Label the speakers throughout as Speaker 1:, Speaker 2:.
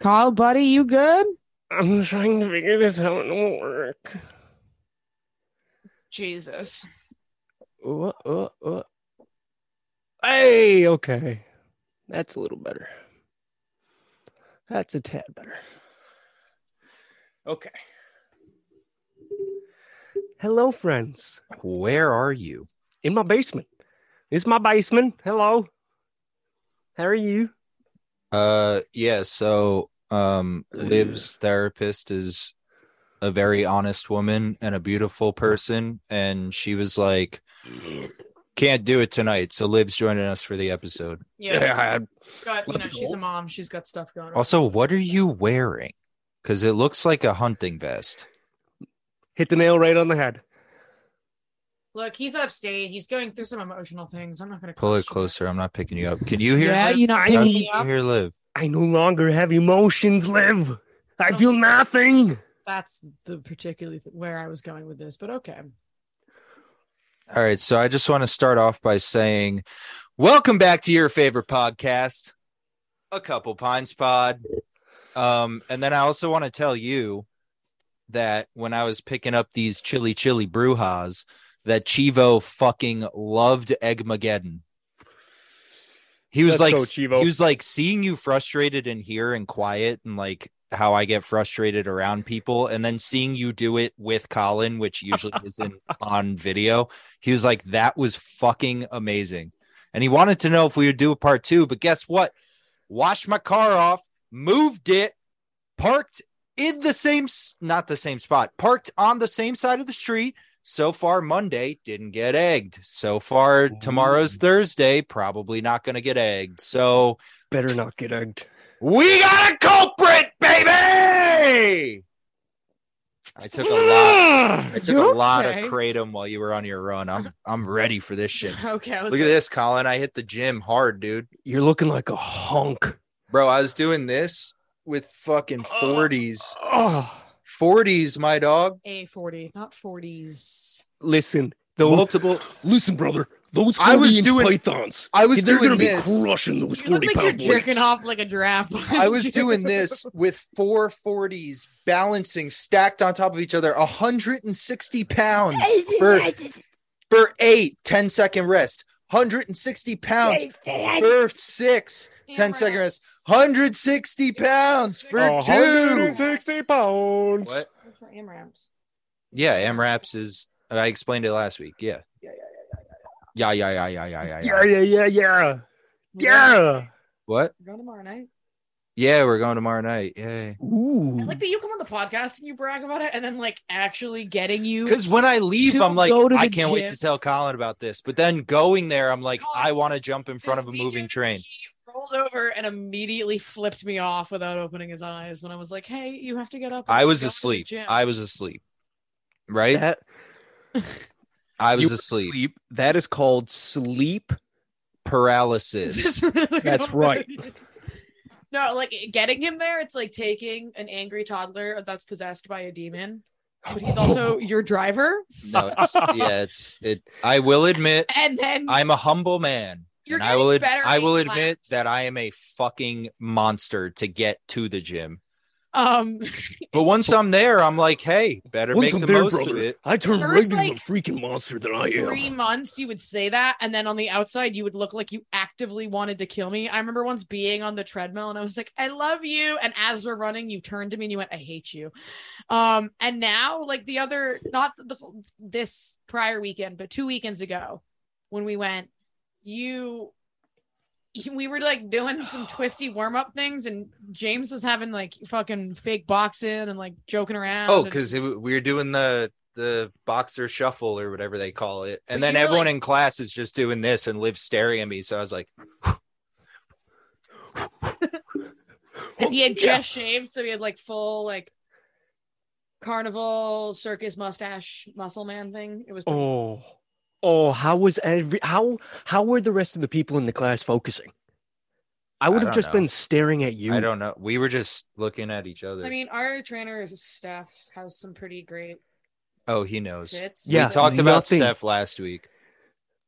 Speaker 1: Kyle, buddy, you good?
Speaker 2: I'm trying to figure this out and work.
Speaker 3: Jesus.
Speaker 2: Uh, uh, uh. Hey, okay. That's a little better. That's a tad better. Okay. Hello, friends.
Speaker 4: Where are you?
Speaker 2: In my basement. It's my basement. Hello. How are you?
Speaker 4: Uh yeah, so um Liv's therapist is a very honest woman and a beautiful person and she was like can't do it tonight. So Liv's joining us for the episode.
Speaker 3: Yeah. God, you know,
Speaker 2: let's go.
Speaker 3: she's a mom. She's got stuff going on.
Speaker 4: Also, what are you wearing? Cuz it looks like a hunting vest.
Speaker 2: Hit the nail right on the head.
Speaker 3: Look, he's upstate. He's going through some emotional things. I'm not going to
Speaker 4: Pull it closer. I'm not picking you up. Can you hear?
Speaker 1: yeah,
Speaker 4: Liv?
Speaker 1: you know,
Speaker 2: I
Speaker 4: Can
Speaker 2: mean-
Speaker 4: you hear Liv?
Speaker 2: I no longer have emotions, Liv. I feel nothing.
Speaker 3: That's the particularly th- where I was going with this, but okay.
Speaker 4: All right, so I just want to start off by saying, welcome back to your favorite podcast, a couple pines pod. Um, and then I also want to tell you that when I was picking up these chili chili brujas, that Chivo fucking loved Eggmageddon. He
Speaker 2: Let's
Speaker 4: was like,
Speaker 2: go, Chivo.
Speaker 4: he was like seeing you frustrated in here and quiet and like how I get frustrated around people, and then seeing you do it with Colin, which usually isn't on video. He was like, that was fucking amazing. And he wanted to know if we would do a part two, but guess what? Washed my car off, moved it, parked in the same, s- not the same spot, parked on the same side of the street. So far, Monday didn't get egged. So far, tomorrow's Thursday, probably not going to get egged. So
Speaker 2: Better not get egged.
Speaker 4: we got a culprit, baby. I took a lot. I took
Speaker 3: You
Speaker 4: a lot of
Speaker 3: okay?
Speaker 4: kratom while you were on your run. I'm I'm ready for this shit.
Speaker 3: Okay. I was
Speaker 4: Look at this, Colin. I hit the gym hard, dude.
Speaker 2: You're looking like a honk.
Speaker 4: Bro, I was doing this with fucking 40s.
Speaker 2: Oh,
Speaker 4: 40s, my dog.
Speaker 3: A forty, not forties.
Speaker 2: listen, the
Speaker 4: Multiple.
Speaker 2: listen, brother. Those
Speaker 4: I was
Speaker 2: 40 -inch
Speaker 4: doing-
Speaker 2: pythons.
Speaker 4: I was
Speaker 2: They're
Speaker 4: doing
Speaker 2: gonna
Speaker 4: this.
Speaker 2: be crushing those
Speaker 3: You look
Speaker 2: forty
Speaker 3: like you're
Speaker 2: pound
Speaker 3: jerking
Speaker 2: weights.
Speaker 3: off like a giraffe.
Speaker 4: I was doing this with four 40s balancing stacked on top of each other, 160 pounds for, for eight 10 second rest, 160 pounds for six 10 second rest, 160 pounds for two.
Speaker 2: 160 pounds.
Speaker 4: What?
Speaker 3: For AMRAMs.
Speaker 4: Yeah, AMRAPs is. I explained it last week. Yeah. Yeah, yeah, yeah, yeah, yeah, yeah,
Speaker 2: Yeah, yeah, yeah, yeah, yeah.
Speaker 4: What?
Speaker 3: We're going tomorrow night.
Speaker 4: Yeah, we're going tomorrow night. Yay.
Speaker 3: I
Speaker 2: Ooh,
Speaker 3: like that you come on the podcast and you brag about it, and then like actually getting you.
Speaker 4: Because when I leave,
Speaker 1: To
Speaker 4: I'm like,
Speaker 1: go to the
Speaker 4: I can't wait
Speaker 1: gym.
Speaker 4: to tell Colin about this. But then going there, I'm like,
Speaker 3: Colin,
Speaker 4: I want to jump in front
Speaker 3: This
Speaker 4: of a moving
Speaker 3: weekend,
Speaker 4: train.
Speaker 3: He rolled over and immediately flipped me off without opening his eyes when I was like, "Hey, you have to get up." and
Speaker 4: I
Speaker 3: go
Speaker 4: was
Speaker 3: to the
Speaker 4: asleep.
Speaker 3: gym."
Speaker 4: I was asleep. Right?
Speaker 2: that
Speaker 4: I
Speaker 2: you
Speaker 4: was
Speaker 2: were
Speaker 4: asleep.
Speaker 2: That is called sleep.
Speaker 4: Paralysis.
Speaker 2: That's right.
Speaker 3: No, like getting him there, it's like taking an angry toddler that's possessed by a demon, but he's also your driver.
Speaker 4: no, it's, yeah, it's it. I will admit,
Speaker 3: And then
Speaker 4: I'm a humble man.
Speaker 3: You're
Speaker 4: and I
Speaker 3: getting
Speaker 4: will, ad-
Speaker 3: better
Speaker 4: I
Speaker 3: in
Speaker 4: will admit
Speaker 3: class.
Speaker 4: that I am a fucking monster to get to the gym.
Speaker 3: um
Speaker 4: But once I'm there, I'm like, hey, better
Speaker 2: Once
Speaker 4: make
Speaker 2: I'm
Speaker 4: the
Speaker 2: there,
Speaker 4: most
Speaker 2: brother,
Speaker 4: of it.
Speaker 2: I turn
Speaker 3: There
Speaker 2: right
Speaker 3: was,
Speaker 2: into
Speaker 3: like,
Speaker 2: the freaking monster that I
Speaker 3: three
Speaker 2: am.
Speaker 3: months you would say that and then on the outside you would look like you actively wanted to kill me i remember once being on the treadmill and i was like i love you and as we're running you turned to me and you went i hate you um and now like the other not the this prior weekend but two weekends ago when we went you we were like doing some twisty warm-up things and james was having like fucking fake boxing and like joking around
Speaker 4: Oh,
Speaker 3: and-
Speaker 4: because we are doing the the boxer shuffle or whatever they call it, and
Speaker 3: But
Speaker 4: then
Speaker 3: you were
Speaker 4: everyone
Speaker 3: like-
Speaker 4: in class is just doing this, and Liv staring at me. So I was like,
Speaker 3: and he had just
Speaker 2: Oh, Yeah.
Speaker 3: shaved, so he had like full like carnival circus mustache muscle man thing. It was
Speaker 2: Oh, oh, how was every how how were the rest of the people in the class focusing? I would have
Speaker 4: don't
Speaker 2: just
Speaker 4: know.
Speaker 2: been staring at you.
Speaker 4: I don't know. We were just looking at each other.
Speaker 3: I mean, our trainer's staff has some pretty great
Speaker 4: oh, he knows.
Speaker 3: tits.
Speaker 2: Yeah,
Speaker 4: we talked about
Speaker 2: nothing.
Speaker 4: Steph last week.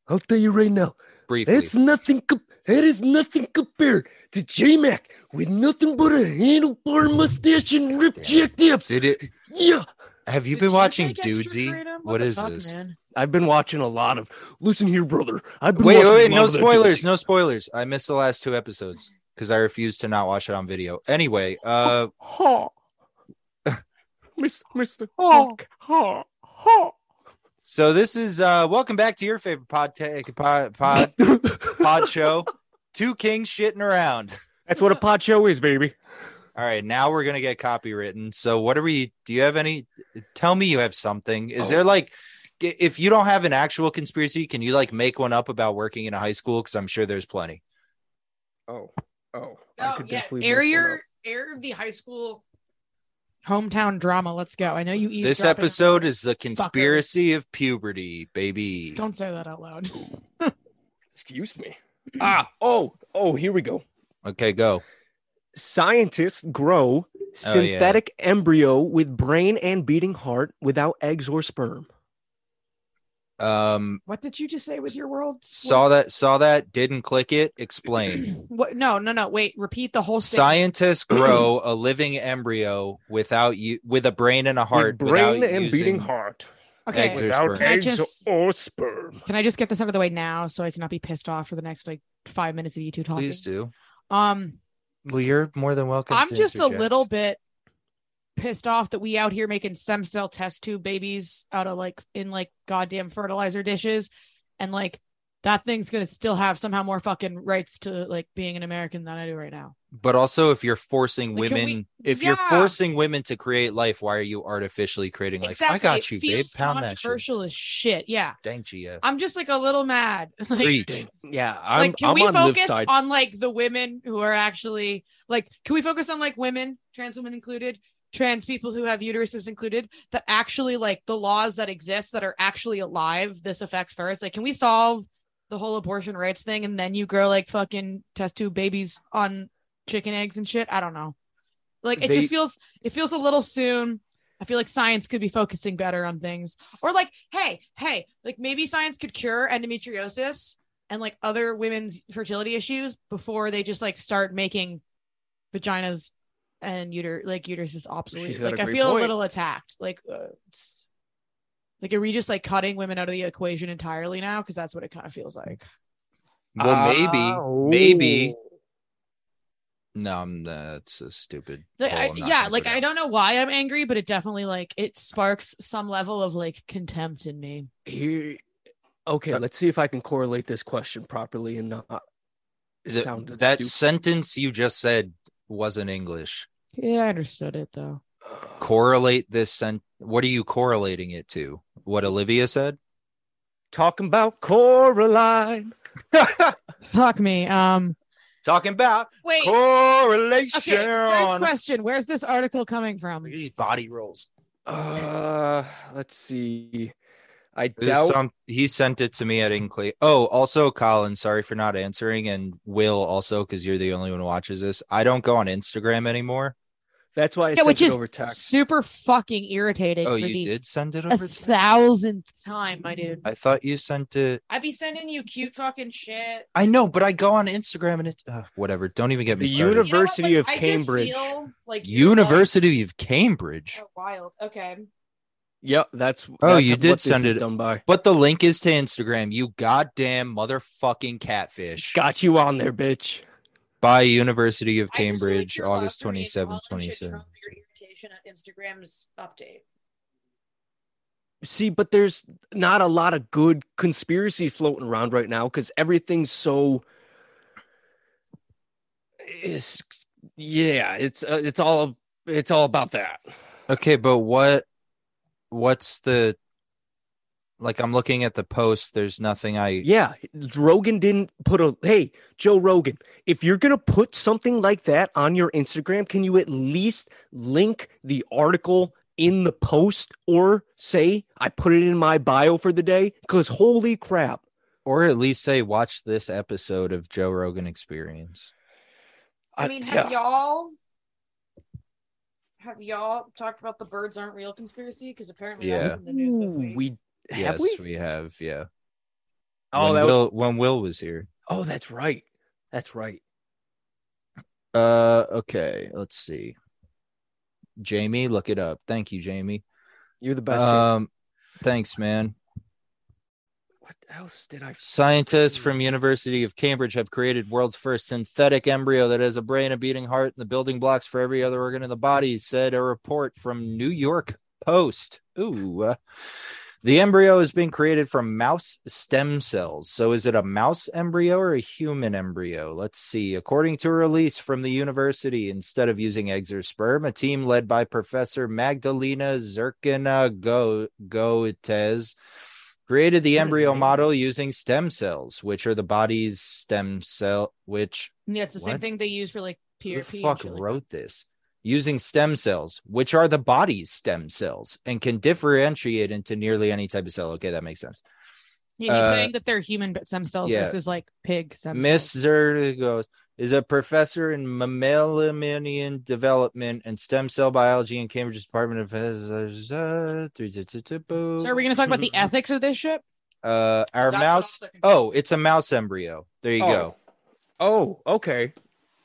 Speaker 2: I'll tell you right now,
Speaker 4: briefly.
Speaker 2: That's nothing. Com- that is nothing compared to J Mac with nothing but a handlebar mustache and ripped jack dips.
Speaker 4: Did it?
Speaker 2: Yeah,
Speaker 4: Have you
Speaker 3: Did
Speaker 4: been watching
Speaker 3: take extra
Speaker 4: Dudesy?
Speaker 3: kratom?
Speaker 4: What
Speaker 3: the
Speaker 4: is
Speaker 3: fuck,
Speaker 4: this?
Speaker 3: man?
Speaker 2: I've been watching a lot of. Listen here, brother. I've been
Speaker 4: Wait, wait,
Speaker 2: watching
Speaker 4: wait,
Speaker 2: a lot
Speaker 4: no
Speaker 2: of that
Speaker 4: spoilers,
Speaker 2: Dudesy.
Speaker 4: no spoilers. I missed the last two episodes because I refused to not watch it on video. Anyway, uh,
Speaker 2: Ha, Mister Mister
Speaker 3: Oh.
Speaker 2: Hawk, ha, ha.
Speaker 4: so this is uh, welcome back to your favorite pod pod pod, pod show, two kings shitting around.
Speaker 2: That's what a pod show is, baby.
Speaker 4: All right, now we're gonna get copywritten. So what are we? Do you have any? Tell me you have something. Is
Speaker 2: Oh.
Speaker 4: there like? g- If you don't have an actual conspiracy, can you like make one up about working in a high school? Because I'm sure there's plenty.
Speaker 2: Oh, oh.
Speaker 3: Oh, yeah. Air your air the high school hometown drama. Let's go. I know you.
Speaker 4: This
Speaker 3: eavesdropping on-
Speaker 4: episode is the conspiracy of puberty, baby.
Speaker 3: Don't say that out loud.
Speaker 2: Excuse me. Ah, oh, oh. Here we go.
Speaker 4: Okay, go.
Speaker 2: scientists grow
Speaker 4: Oh, yeah.
Speaker 2: synthetic embryo with brain and beating heart without eggs or sperm.
Speaker 4: Um,
Speaker 3: What did you just say with your world?
Speaker 4: saw that, saw that, didn't click it. Explain.
Speaker 3: What? No, no, no. Wait. Repeat the whole statement.
Speaker 4: Scientists grow a living embryo without you, with a brain and a heart,
Speaker 2: with brain
Speaker 4: without
Speaker 2: and
Speaker 4: using-
Speaker 2: beating heart
Speaker 3: Okay.
Speaker 4: Eggs or
Speaker 2: without
Speaker 4: sperm.
Speaker 3: I
Speaker 2: eggs
Speaker 3: just-
Speaker 2: or sperm.
Speaker 3: Can I just get this out of the way now so I cannot be pissed off for the next like five minutes of you two talking?
Speaker 4: Please do.
Speaker 3: Um,
Speaker 4: Well, you're more than welcome.
Speaker 3: I'm
Speaker 4: to
Speaker 3: just a
Speaker 4: interject.
Speaker 3: little bit pissed off that we out here making stem cell test tube babies out of like in like goddamn fertilizer dishes, and like that thing's gonna still have somehow more fucking rights to like being an American than I do right now.
Speaker 4: but also if you're forcing
Speaker 3: Like, can
Speaker 4: women,
Speaker 3: we-
Speaker 4: if you're
Speaker 3: Yeah.
Speaker 4: forcing women to create life, why are you artificially creating life? I
Speaker 3: It
Speaker 4: got you, babe.
Speaker 3: feels
Speaker 4: Pound that shit.
Speaker 3: controversial as shit. Yeah,
Speaker 4: Dang, Gia.
Speaker 3: I'm just like a little mad. Like,
Speaker 4: Preach.
Speaker 2: Yeah, I'm,
Speaker 3: like can
Speaker 2: I'm
Speaker 3: we
Speaker 2: on Liv's
Speaker 3: focus
Speaker 2: side.
Speaker 3: on like the women who are actually like can we focus on like women trans women included trans people who have uteruses included that actually like the laws that exist that are actually alive this affects first like can we solve the whole abortion rights thing and then you grow like fucking test tube babies on chicken eggs and shit i don't know like it
Speaker 2: They-
Speaker 3: just feels it feels a little soon i feel like science could be focusing better on things or like hey hey like maybe science could cure endometriosis and like other women's fertility issues before they just like start making vaginas and uter like uterus is obsolete.
Speaker 2: She's got a
Speaker 3: like I
Speaker 2: great
Speaker 3: feel a
Speaker 2: point.
Speaker 3: little attacked. Like uh, it's- like are we just like cutting women out of the equation entirely now? Because that's what it kind of feels like.
Speaker 4: Well, maybe,
Speaker 2: Ah, ooh.
Speaker 4: maybe. No, I'm. That's a stupid.
Speaker 2: Oh,
Speaker 3: Like,
Speaker 4: poll.
Speaker 3: I,
Speaker 4: I'm
Speaker 3: yeah,
Speaker 4: not gonna
Speaker 3: like
Speaker 4: put it
Speaker 3: I
Speaker 4: out.
Speaker 3: don't know why I'm angry, but it definitely like it sparks some level of like contempt in me.
Speaker 2: Here, okay,
Speaker 4: Uh,
Speaker 2: let's see if I can correlate this question properly and not
Speaker 4: Th-
Speaker 2: sound as
Speaker 4: that
Speaker 2: stupid.
Speaker 4: sentence you just said wasn't English.
Speaker 3: Yeah, I understood it though.
Speaker 4: Correlate this sent. What are you correlating it to? What Olivia said?
Speaker 2: Talking about Coraline.
Speaker 3: Fuck me. Um
Speaker 4: Talking about
Speaker 3: wait.
Speaker 4: correlation.
Speaker 3: Okay, first question. Where's this article coming from?
Speaker 4: These body rolls.
Speaker 2: Uh, let's see. I
Speaker 4: There's
Speaker 2: doubt.
Speaker 4: some- he sent it to me at Incle. Oh, also, Colin, sorry for not answering, and Will also because you're the only one who watches this. I don't go on Instagram anymore.
Speaker 2: That's why I
Speaker 3: Yeah,
Speaker 2: sent
Speaker 3: which
Speaker 2: it
Speaker 3: is
Speaker 2: over text.
Speaker 3: Super fucking irritating.
Speaker 4: Oh,
Speaker 3: for the
Speaker 4: you did send it
Speaker 3: a
Speaker 4: over. to me?
Speaker 3: thousandth time, my dude.
Speaker 4: I thought you sent it.
Speaker 3: I'd be sending you cute fucking shit.
Speaker 4: I know, but I go on Instagram and it's uh, whatever. Don't even get me
Speaker 2: The
Speaker 4: started.
Speaker 2: univ- University of
Speaker 3: I just
Speaker 2: Cambridge.
Speaker 3: feel like you're
Speaker 4: University of Cambridge.
Speaker 3: like- oh, wild. Okay.
Speaker 2: Yep, that's.
Speaker 4: Oh,
Speaker 2: that's
Speaker 4: you
Speaker 2: what
Speaker 4: did
Speaker 2: this
Speaker 4: send
Speaker 2: is
Speaker 4: it-
Speaker 2: Done by.
Speaker 4: But the link is to Instagram. You goddamn motherfucking catfish.
Speaker 2: Got you on there, bitch.
Speaker 4: By University of
Speaker 3: I just feel like
Speaker 4: Cambridge,
Speaker 3: you're
Speaker 4: August
Speaker 3: allowed to
Speaker 4: twenty seventh,
Speaker 3: acknowledge
Speaker 4: twenty
Speaker 3: it
Speaker 4: seventh.
Speaker 3: from Your irritation at Instagram's update.
Speaker 2: See, but there's not a lot of good conspiracies floating around right now because everything's so. Is yeah, it's uh, it's all it's all about that.
Speaker 4: Okay, but what what's the like I'm looking at the post, there's nothing I
Speaker 2: Yeah, Rogan didn't put a hey Joe Rogan. If you're gonna put something like that on your Instagram, can you at least link the article in the post or say I put it in my bio for the day? Because holy crap,
Speaker 4: or at least say watch this episode of Joe Rogan Experience.
Speaker 3: I mean, have y'all have y'all talked about the birds aren't real conspiracy? Because apparently that was
Speaker 4: Yeah.
Speaker 3: in the news this
Speaker 2: Ooh,
Speaker 3: week.
Speaker 2: we have
Speaker 4: yes,
Speaker 2: we?
Speaker 4: have, yeah.
Speaker 2: Oh,
Speaker 4: when
Speaker 2: that was.
Speaker 4: Will, when Will was here.
Speaker 2: Oh, that's right. That's right.
Speaker 4: Uh, okay, let's see. Jamie, look it up. Thank you, Jamie.
Speaker 2: You're the best. Jamie.
Speaker 4: Um, thanks, man.
Speaker 2: what else did I?
Speaker 4: Scientists
Speaker 2: Jeez.
Speaker 4: from University of Cambridge have created world's first synthetic embryo that has a brain, a beating heart, and the building blocks for every other organ in the body, said a report from New York Post. Ooh. uh, the embryo is being created from mouse stem cells. So is it a mouse embryo or a human embryo? Let's see. According to a release from the university, instead of using eggs or sperm, a team led by Professor Magdalena Zerkina Go- Goetz created the
Speaker 2: What a
Speaker 4: embryo
Speaker 2: name.
Speaker 4: model using stem cells, which are the body's stem cell, which
Speaker 3: Yeah, it's the same
Speaker 4: What?
Speaker 3: thing they use for like
Speaker 4: who the
Speaker 3: PRP. and
Speaker 4: fuck
Speaker 3: shit like
Speaker 4: wrote this? Using stem cells, which are the body's stem cells, and can differentiate into nearly any type of cell. Okay, that makes sense.
Speaker 3: that. Yeah, he's
Speaker 4: Uh,
Speaker 3: saying that they're human but stem cells
Speaker 4: yeah.
Speaker 3: versus like pig stem
Speaker 4: Miss
Speaker 3: cells.
Speaker 4: Zergos is a professor in mammalian development and stem cell biology in Cambridge's Department of.
Speaker 3: So
Speaker 4: So
Speaker 3: are we gonna talk about the ethics of this shit?
Speaker 4: Uh, our
Speaker 3: That's what I'm
Speaker 4: mouse.
Speaker 3: looking for.
Speaker 4: Oh, it's a mouse embryo. There you
Speaker 2: Oh.
Speaker 4: go.
Speaker 2: Oh, okay.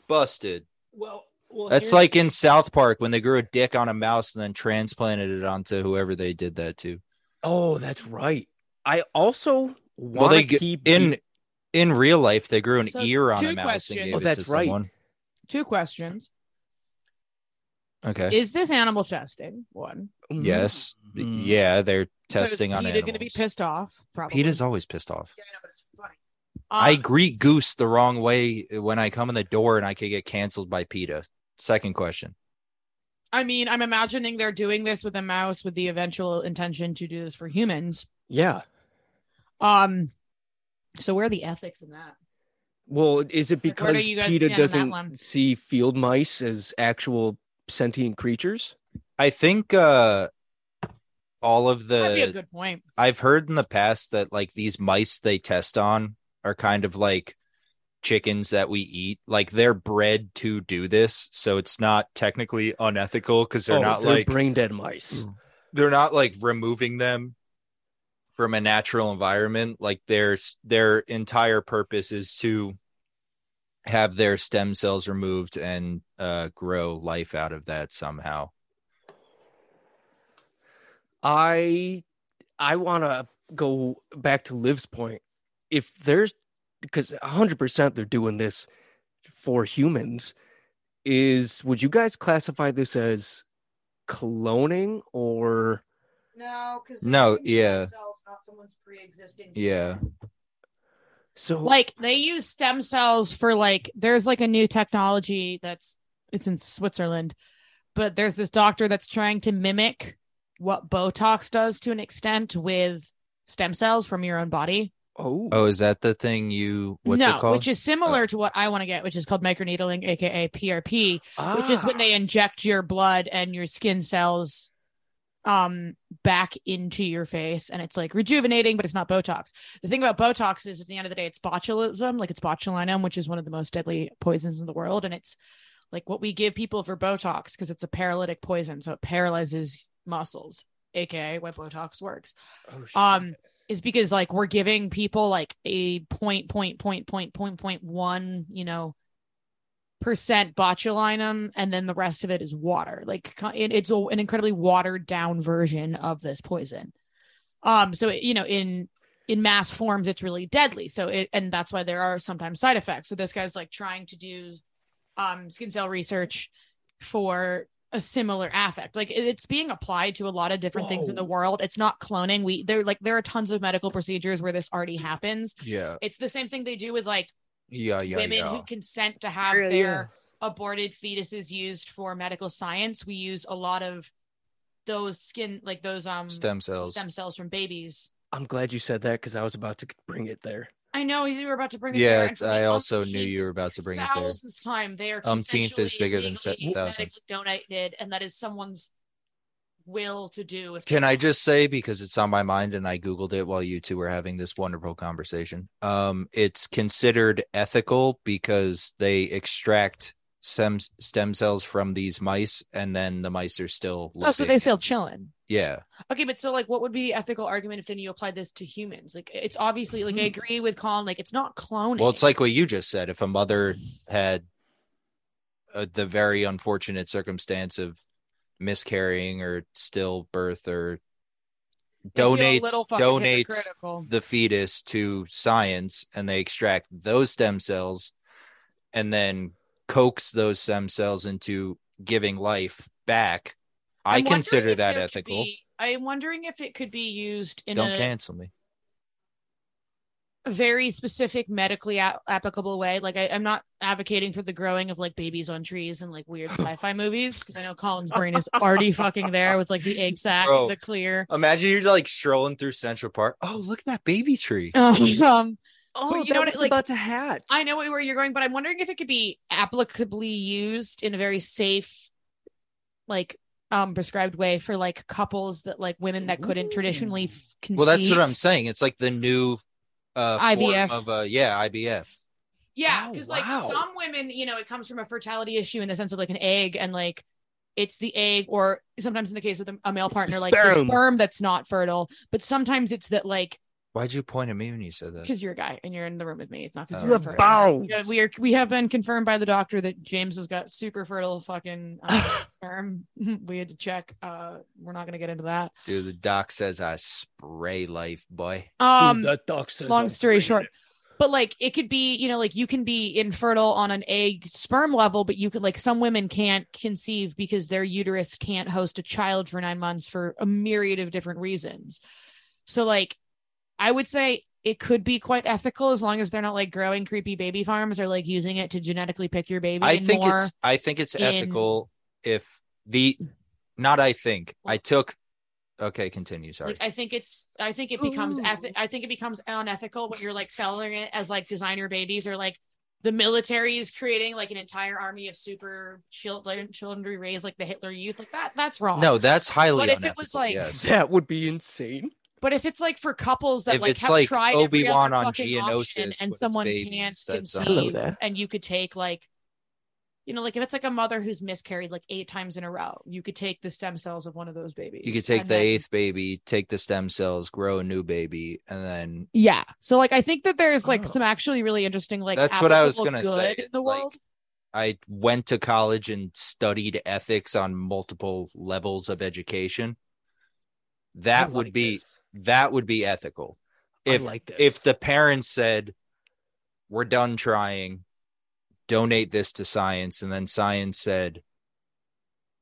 Speaker 4: Busted.
Speaker 2: Well, well
Speaker 4: That's like in South Park when they grew a dick on a mouse and then transplanted it onto whoever they did that to.
Speaker 2: Oh, that's right. I also want
Speaker 4: Well, they
Speaker 2: to
Speaker 4: g-
Speaker 2: keep
Speaker 4: in in real life they grew an
Speaker 3: So,
Speaker 4: ear on a
Speaker 3: two
Speaker 4: mouse
Speaker 3: questions.
Speaker 4: and gave
Speaker 2: Oh,
Speaker 4: it
Speaker 2: that's
Speaker 4: to
Speaker 2: right.
Speaker 4: someone.
Speaker 3: Two questions.
Speaker 4: Okay.
Speaker 3: Is this animal testing? One.
Speaker 4: yes.
Speaker 2: Mm.
Speaker 4: Yeah, they're
Speaker 3: Hmm. So is
Speaker 4: testing on
Speaker 3: PETA
Speaker 4: animals.
Speaker 3: gonna be pissed off? Probably.
Speaker 4: Pete is always pissed off.
Speaker 3: Yeah, I know, but it's funny.
Speaker 4: I
Speaker 3: Um,
Speaker 4: greet Goose the wrong way uh, when I come in the door and I could get canceled by PETA. Second question.
Speaker 3: I mean, I'm imagining they're doing this with a mouse with the eventual intention to do this for humans.
Speaker 2: Yeah.
Speaker 3: Um, so where are the ethics in that?
Speaker 2: Well, is it
Speaker 3: Like, where do
Speaker 2: because
Speaker 3: you guys
Speaker 2: PETA
Speaker 3: stand on that
Speaker 2: doesn't
Speaker 3: one?
Speaker 2: see field mice as actual sentient creatures?
Speaker 4: I think uh all of
Speaker 3: That'd be a
Speaker 4: the
Speaker 3: good point.
Speaker 4: I've heard in the past that like these mice they test on are kind of like chickens that we eat. Like they're bred to do this, so it's not technically unethical because they're
Speaker 2: Oh,
Speaker 4: not
Speaker 2: they're
Speaker 4: like Mm.
Speaker 2: brain dead mice.
Speaker 4: they're not like removing them from a natural environment like their their entire purpose is to have their stem cells removed and uh grow life out of that somehow
Speaker 2: I I want to go back to Liv's point. If there's because 100% they're doing this for humans is would you guys classify this as cloning or
Speaker 3: No, because
Speaker 4: they're No, using stem yeah.
Speaker 3: cells, not someone's pre-existing.
Speaker 4: yeah
Speaker 2: so
Speaker 3: like they use stem cells for like there's like a new technology that's it's in Switzerland, but there's this doctor that's trying to mimic what Botox does to an extent with stem cells from your own body.
Speaker 2: oh,
Speaker 4: oh is that the thing you what's
Speaker 3: no,
Speaker 4: it called Uh,
Speaker 3: which is similar to what I want to get, which is called microneedling, aka PRP,
Speaker 4: Oh.
Speaker 3: which is when
Speaker 2: ah,
Speaker 3: they inject your blood and your skin cells um back into your face and it's like rejuvenating but it's not botox the thing about botox is at the end of the day it's botulism like it's botulinum which is one of the most deadly poisons in the world and it's like what we give people for botox because it's a paralytic poison so it paralyzes muscles aka what botox works
Speaker 2: oh, shit.
Speaker 3: um is because like we're giving people like a point point point point point point one you know percent botulinum and then the rest of it is water like co- it, it's a, an incredibly watered down version of this poison um so it, you know in in mass forms it's really deadly so it and that's why there are sometimes side effects so this guy's like trying to do um skin cell research for a similar affect like it- it's being applied to a lot of different things in the
Speaker 2: Whoa.
Speaker 3: world it's not cloning we there like there are tons of medical procedures where this already happens
Speaker 4: yeah
Speaker 3: it's the same thing they do with like
Speaker 4: yeah
Speaker 3: women who consent to have
Speaker 2: Yeah,
Speaker 3: their
Speaker 2: yeah.
Speaker 3: aborted fetuses used for medical science we use a lot of those skin like those um
Speaker 4: stem cells
Speaker 3: stem cells from babies
Speaker 2: I'm glad you said that because I was about to bring it there.
Speaker 3: I know you were about to bring it
Speaker 4: yeah
Speaker 3: there, and for the
Speaker 4: i also knew
Speaker 3: umpteenth
Speaker 4: you were about to bring it there
Speaker 3: thousandth time they are
Speaker 4: Umpteenth is
Speaker 3: consensually
Speaker 4: bigger than
Speaker 3: legally,
Speaker 4: se- thousand.
Speaker 3: medically donated and that is someone's will to do if
Speaker 4: Can I just say because it's on my mind and I googled it while you two were having this wonderful conversation. Um it's considered ethical because they extract stem stem cells from these mice, and then the mice are still.
Speaker 3: Oh, so
Speaker 4: living.
Speaker 3: they still chilling.
Speaker 4: Yeah,
Speaker 3: Okay, but so like, what would be the ethical argument if then you applied this to humans? Like, it's obviously like I agree with Colin. Like, it's not cloning.
Speaker 4: Mm-hmm. well, it's like what you just said. If a mother had uh, the very unfortunate circumstance of miscarrying or stillbirth or
Speaker 3: They feel a
Speaker 4: donates
Speaker 3: little fucking
Speaker 4: donates
Speaker 3: hypocritical.
Speaker 4: the fetus to science and they extract those stem cells and then coax those stem cells into giving life back. I
Speaker 3: I'm wondering
Speaker 4: consider
Speaker 3: if
Speaker 4: that
Speaker 3: there could
Speaker 4: ethical.
Speaker 3: be- I'm wondering if it could be used in
Speaker 4: Don't
Speaker 3: a
Speaker 4: cancel me.
Speaker 3: very specific, medically a- applicable way. Like, I, I'm not advocating for the growing of like babies on trees and like weird sci-fi movies because I know Colin's brain is already fucking there with like the egg sac,
Speaker 4: Bro.
Speaker 3: the clear.
Speaker 4: Imagine you're like strolling through Central Park. Oh, look at that baby tree.
Speaker 3: um,
Speaker 2: Oh,
Speaker 3: you know what,
Speaker 2: that was
Speaker 3: like-
Speaker 2: about to hatch.
Speaker 3: I know where you're going, but I'm wondering if it could be applicably used in a very safe, like um prescribed way for like couples that like women that couldn't traditionally f- conceive.
Speaker 4: Well, that's what I'm saying. It's like the new uh
Speaker 3: IVF.
Speaker 4: form of uh yeah, IBF.
Speaker 3: Yeah,
Speaker 2: Oh,
Speaker 3: because like
Speaker 2: wow.
Speaker 3: some women, you know, it comes from a fertility issue in the sense of like an egg and like it's the egg, or sometimes in the case of the, a male
Speaker 2: It's the
Speaker 3: partner, like the
Speaker 2: sperm.
Speaker 3: sperm that's not fertile. But sometimes it's that like
Speaker 4: Why'd you point at me when you said that?
Speaker 3: because you're a guy and you're in the room with me, it's not because
Speaker 4: Oh.
Speaker 2: you
Speaker 3: you're
Speaker 2: have
Speaker 3: fertile.
Speaker 2: bowels.
Speaker 3: Yeah, we are. We have been confirmed by the doctor that James has got super fertile fucking uh, sperm. We had to check. Uh, we're not gonna get into that.
Speaker 4: Dude, the doc says I spray life, boy.
Speaker 3: Um,
Speaker 2: Dude, that duck says
Speaker 3: long
Speaker 2: I'm
Speaker 3: story
Speaker 2: pregnant.
Speaker 3: short, but like it could be, you know, like you can be infertile on an egg sperm level, but you could like some women can't conceive because their uterus can't host a child for nine months for a myriad of different reasons. So like, I would say. It could be quite ethical as long as they're not like growing creepy baby farms or like using it to genetically pick your baby.
Speaker 4: I
Speaker 3: and
Speaker 4: think
Speaker 3: more.
Speaker 4: it's I think it's
Speaker 3: in-
Speaker 4: ethical if the not I think. I took okay, continue. Sorry.
Speaker 3: Like I think it's I think it becomes
Speaker 2: Ooh.
Speaker 3: eth- I think it becomes unethical when you're like selling it as like designer babies or like the military is creating like an entire army of super children children to raise like the Hitler youth like that that's wrong.
Speaker 4: no, that's highly
Speaker 3: But if it was
Speaker 4: unethical,
Speaker 3: like-
Speaker 4: yes.
Speaker 2: That would be insane.
Speaker 3: but if it's like for couples that
Speaker 4: If
Speaker 3: like
Speaker 4: it's
Speaker 3: have
Speaker 4: like
Speaker 3: tried every
Speaker 4: Obi-Wan
Speaker 3: other
Speaker 4: on
Speaker 3: fucking option
Speaker 4: Geonosis, but
Speaker 3: and
Speaker 4: it's
Speaker 3: someone
Speaker 4: babies,
Speaker 3: can't
Speaker 4: that's uh, not-
Speaker 2: Hello
Speaker 3: conceive
Speaker 2: there.
Speaker 3: and you could take like you know like if it's like a mother who's miscarried like eight times in a row you could take the stem cells of one of those babies.
Speaker 4: You could take
Speaker 3: and
Speaker 4: the
Speaker 3: then-
Speaker 4: eighth baby, take the stem cells, grow a new baby, and then
Speaker 3: Yeah. So like I think that there's like
Speaker 2: Oh.
Speaker 3: some actually really interesting like
Speaker 4: That's what I was
Speaker 3: applicable
Speaker 4: gonna say,
Speaker 3: good in the
Speaker 4: like-
Speaker 3: world.
Speaker 4: I went to college and studied ethics on multiple levels of education. That
Speaker 2: I
Speaker 4: would
Speaker 2: like
Speaker 4: be
Speaker 2: this.
Speaker 4: that would be ethical.
Speaker 2: I
Speaker 4: If
Speaker 2: like this.
Speaker 4: if the parents said, "We're done trying, donate this to science," and then science said,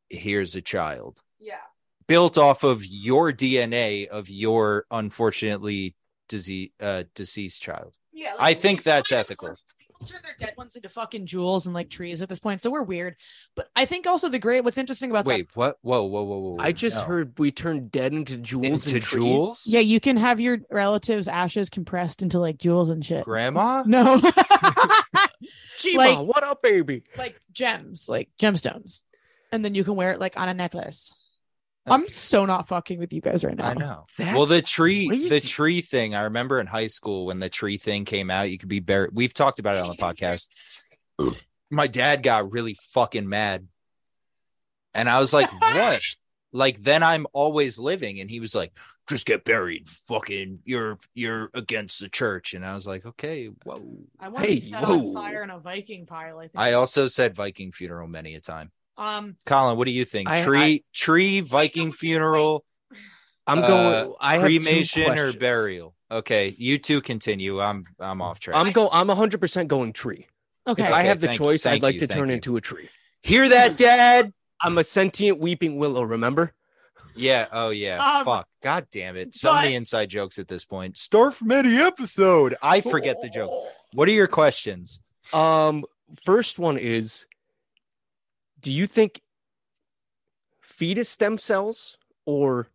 Speaker 4: "Here's a child
Speaker 3: Yeah.
Speaker 4: built off of your DNA of your unfortunately disease uh, deceased child."
Speaker 3: Yeah.
Speaker 4: I think
Speaker 3: people
Speaker 4: that's
Speaker 3: turn-
Speaker 4: ethical.
Speaker 3: People turn their dead ones into fucking jewels and like trees at this point. So we're weird. But I think also the great what's interesting about
Speaker 4: Wait, what? Whoa, whoa, whoa, whoa!
Speaker 2: I just
Speaker 4: no.
Speaker 2: heard we turned dead into jewels
Speaker 4: into
Speaker 2: and trees.
Speaker 4: jewels.
Speaker 3: that Yeah, you can have your relatives' ashes compressed into like jewels and shit.
Speaker 4: grandma.
Speaker 3: No.
Speaker 2: Chima,
Speaker 3: Like-
Speaker 2: what up, baby?
Speaker 3: like gems, like gemstones. And then you can wear it like on a necklace. I'm
Speaker 4: Okay.
Speaker 3: so not fucking with you guys right now.
Speaker 4: I know.
Speaker 2: That's
Speaker 4: well, the tree, the
Speaker 2: crazy.
Speaker 4: tree thing. I remember in high school when the tree thing came out. You could be buried. We've talked about it on the podcast. My dad got really fucking mad, and I was like, "What?" like then I'm always living, and he was like, "Just get buried, fucking. You're you're against the church." And I was like, "Okay, whoa."
Speaker 3: I want
Speaker 2: Hey,
Speaker 3: to set on
Speaker 2: whoa.
Speaker 3: fire in a Viking pile. I think.
Speaker 4: I also said Viking funeral many a time.
Speaker 3: um
Speaker 4: Colin, what do you think?
Speaker 2: I- I-
Speaker 4: tree, tree, Viking funeral,
Speaker 2: I'm
Speaker 4: uh,
Speaker 2: going. I have two
Speaker 4: cremation or
Speaker 2: questions.
Speaker 4: burial? Okay, you two continue. I'm I'm off track.
Speaker 2: I'm go. I'm 100 percent going tree.
Speaker 3: okay.
Speaker 2: If I have the
Speaker 4: thank you,
Speaker 2: choice,
Speaker 4: thank
Speaker 2: I'd like
Speaker 4: you,
Speaker 2: to
Speaker 4: thank
Speaker 2: turn
Speaker 4: you.
Speaker 2: into a tree.
Speaker 4: Hear that, Dad?
Speaker 2: I'm a sentient weeping willow. Remember?
Speaker 4: Yeah. Oh, yeah.
Speaker 3: Um,
Speaker 4: Fuck. God damn it. So
Speaker 3: but-
Speaker 4: many inside jokes at this point. Start from any episode. I forget the joke. What are your questions?
Speaker 2: Um, first one is do you think fetus stem cells or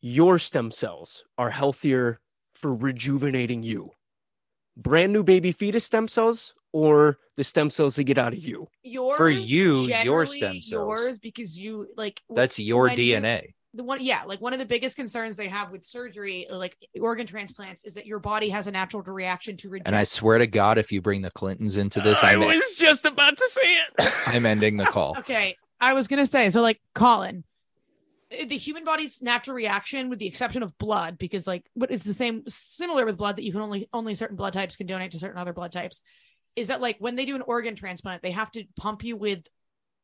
Speaker 2: your stem cells are healthier for rejuvenating you? Brand new baby fetus stem cells or the stem cells they get out of you?
Speaker 3: yours
Speaker 4: For you, your
Speaker 3: generally
Speaker 4: stem cells.
Speaker 3: yours because you like
Speaker 4: That's your
Speaker 3: When you-
Speaker 4: DNA.
Speaker 3: the one yeah like one of the biggest concerns they have with surgery like organ transplants is that your body has a natural reaction to reject
Speaker 4: And I swear to God, if you bring the Clintons into this,
Speaker 2: I
Speaker 4: I'm, e-
Speaker 2: was just about to say it.
Speaker 4: I'm ending the call.
Speaker 3: okay i was gonna say so like colin eh, the human body's natural reaction with the exception of blood because like but it's the same similar with blood that you can only only certain blood types can donate to certain other blood types is that like when they do an organ transplant they have to pump you with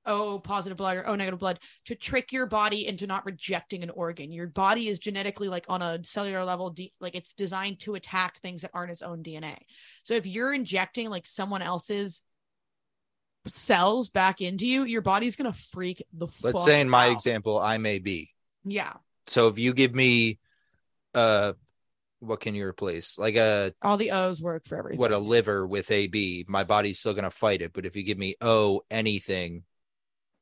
Speaker 3: O oh, positive blood or O negative blood to trick your body into not rejecting an organ. Your body is genetically like on a cellular level, de- like it's designed to attack things that aren't its own DNA. So if you're injecting like someone else's cells back into you, your body's gonna freak the fuck.
Speaker 4: Let's say in my
Speaker 3: out.
Speaker 4: example, I may be.
Speaker 3: yeah,
Speaker 4: So if you give me, uh, what can you replace? Like a
Speaker 3: all the O's work for everything.
Speaker 4: what a liver with AB, my body's still gonna fight it. But if you give me O anything,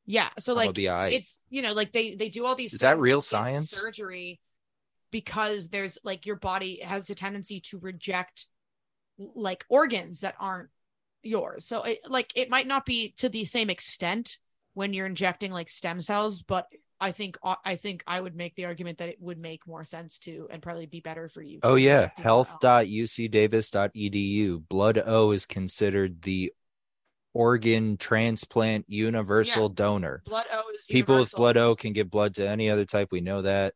Speaker 3: yeah, so
Speaker 4: I'm gonna
Speaker 3: like
Speaker 4: be all right.
Speaker 3: it's you know like they they do all these
Speaker 4: Is that
Speaker 3: things
Speaker 4: real
Speaker 3: in
Speaker 4: science?
Speaker 3: surgery because there's like your body has a tendency to reject like organs that aren't yours so it, like it might not be to the same extent when you're injecting like stem cells but i think uh, i think i would make the argument that it would make more sense to and probably be better for you to
Speaker 4: Oh yeah,
Speaker 3: inject people else.
Speaker 4: health.ucdavis.edu. Blood O is considered the organ transplant universal donor.
Speaker 3: blood o is
Speaker 4: People with
Speaker 3: universal.
Speaker 4: blood O can give blood to any other type. We know that.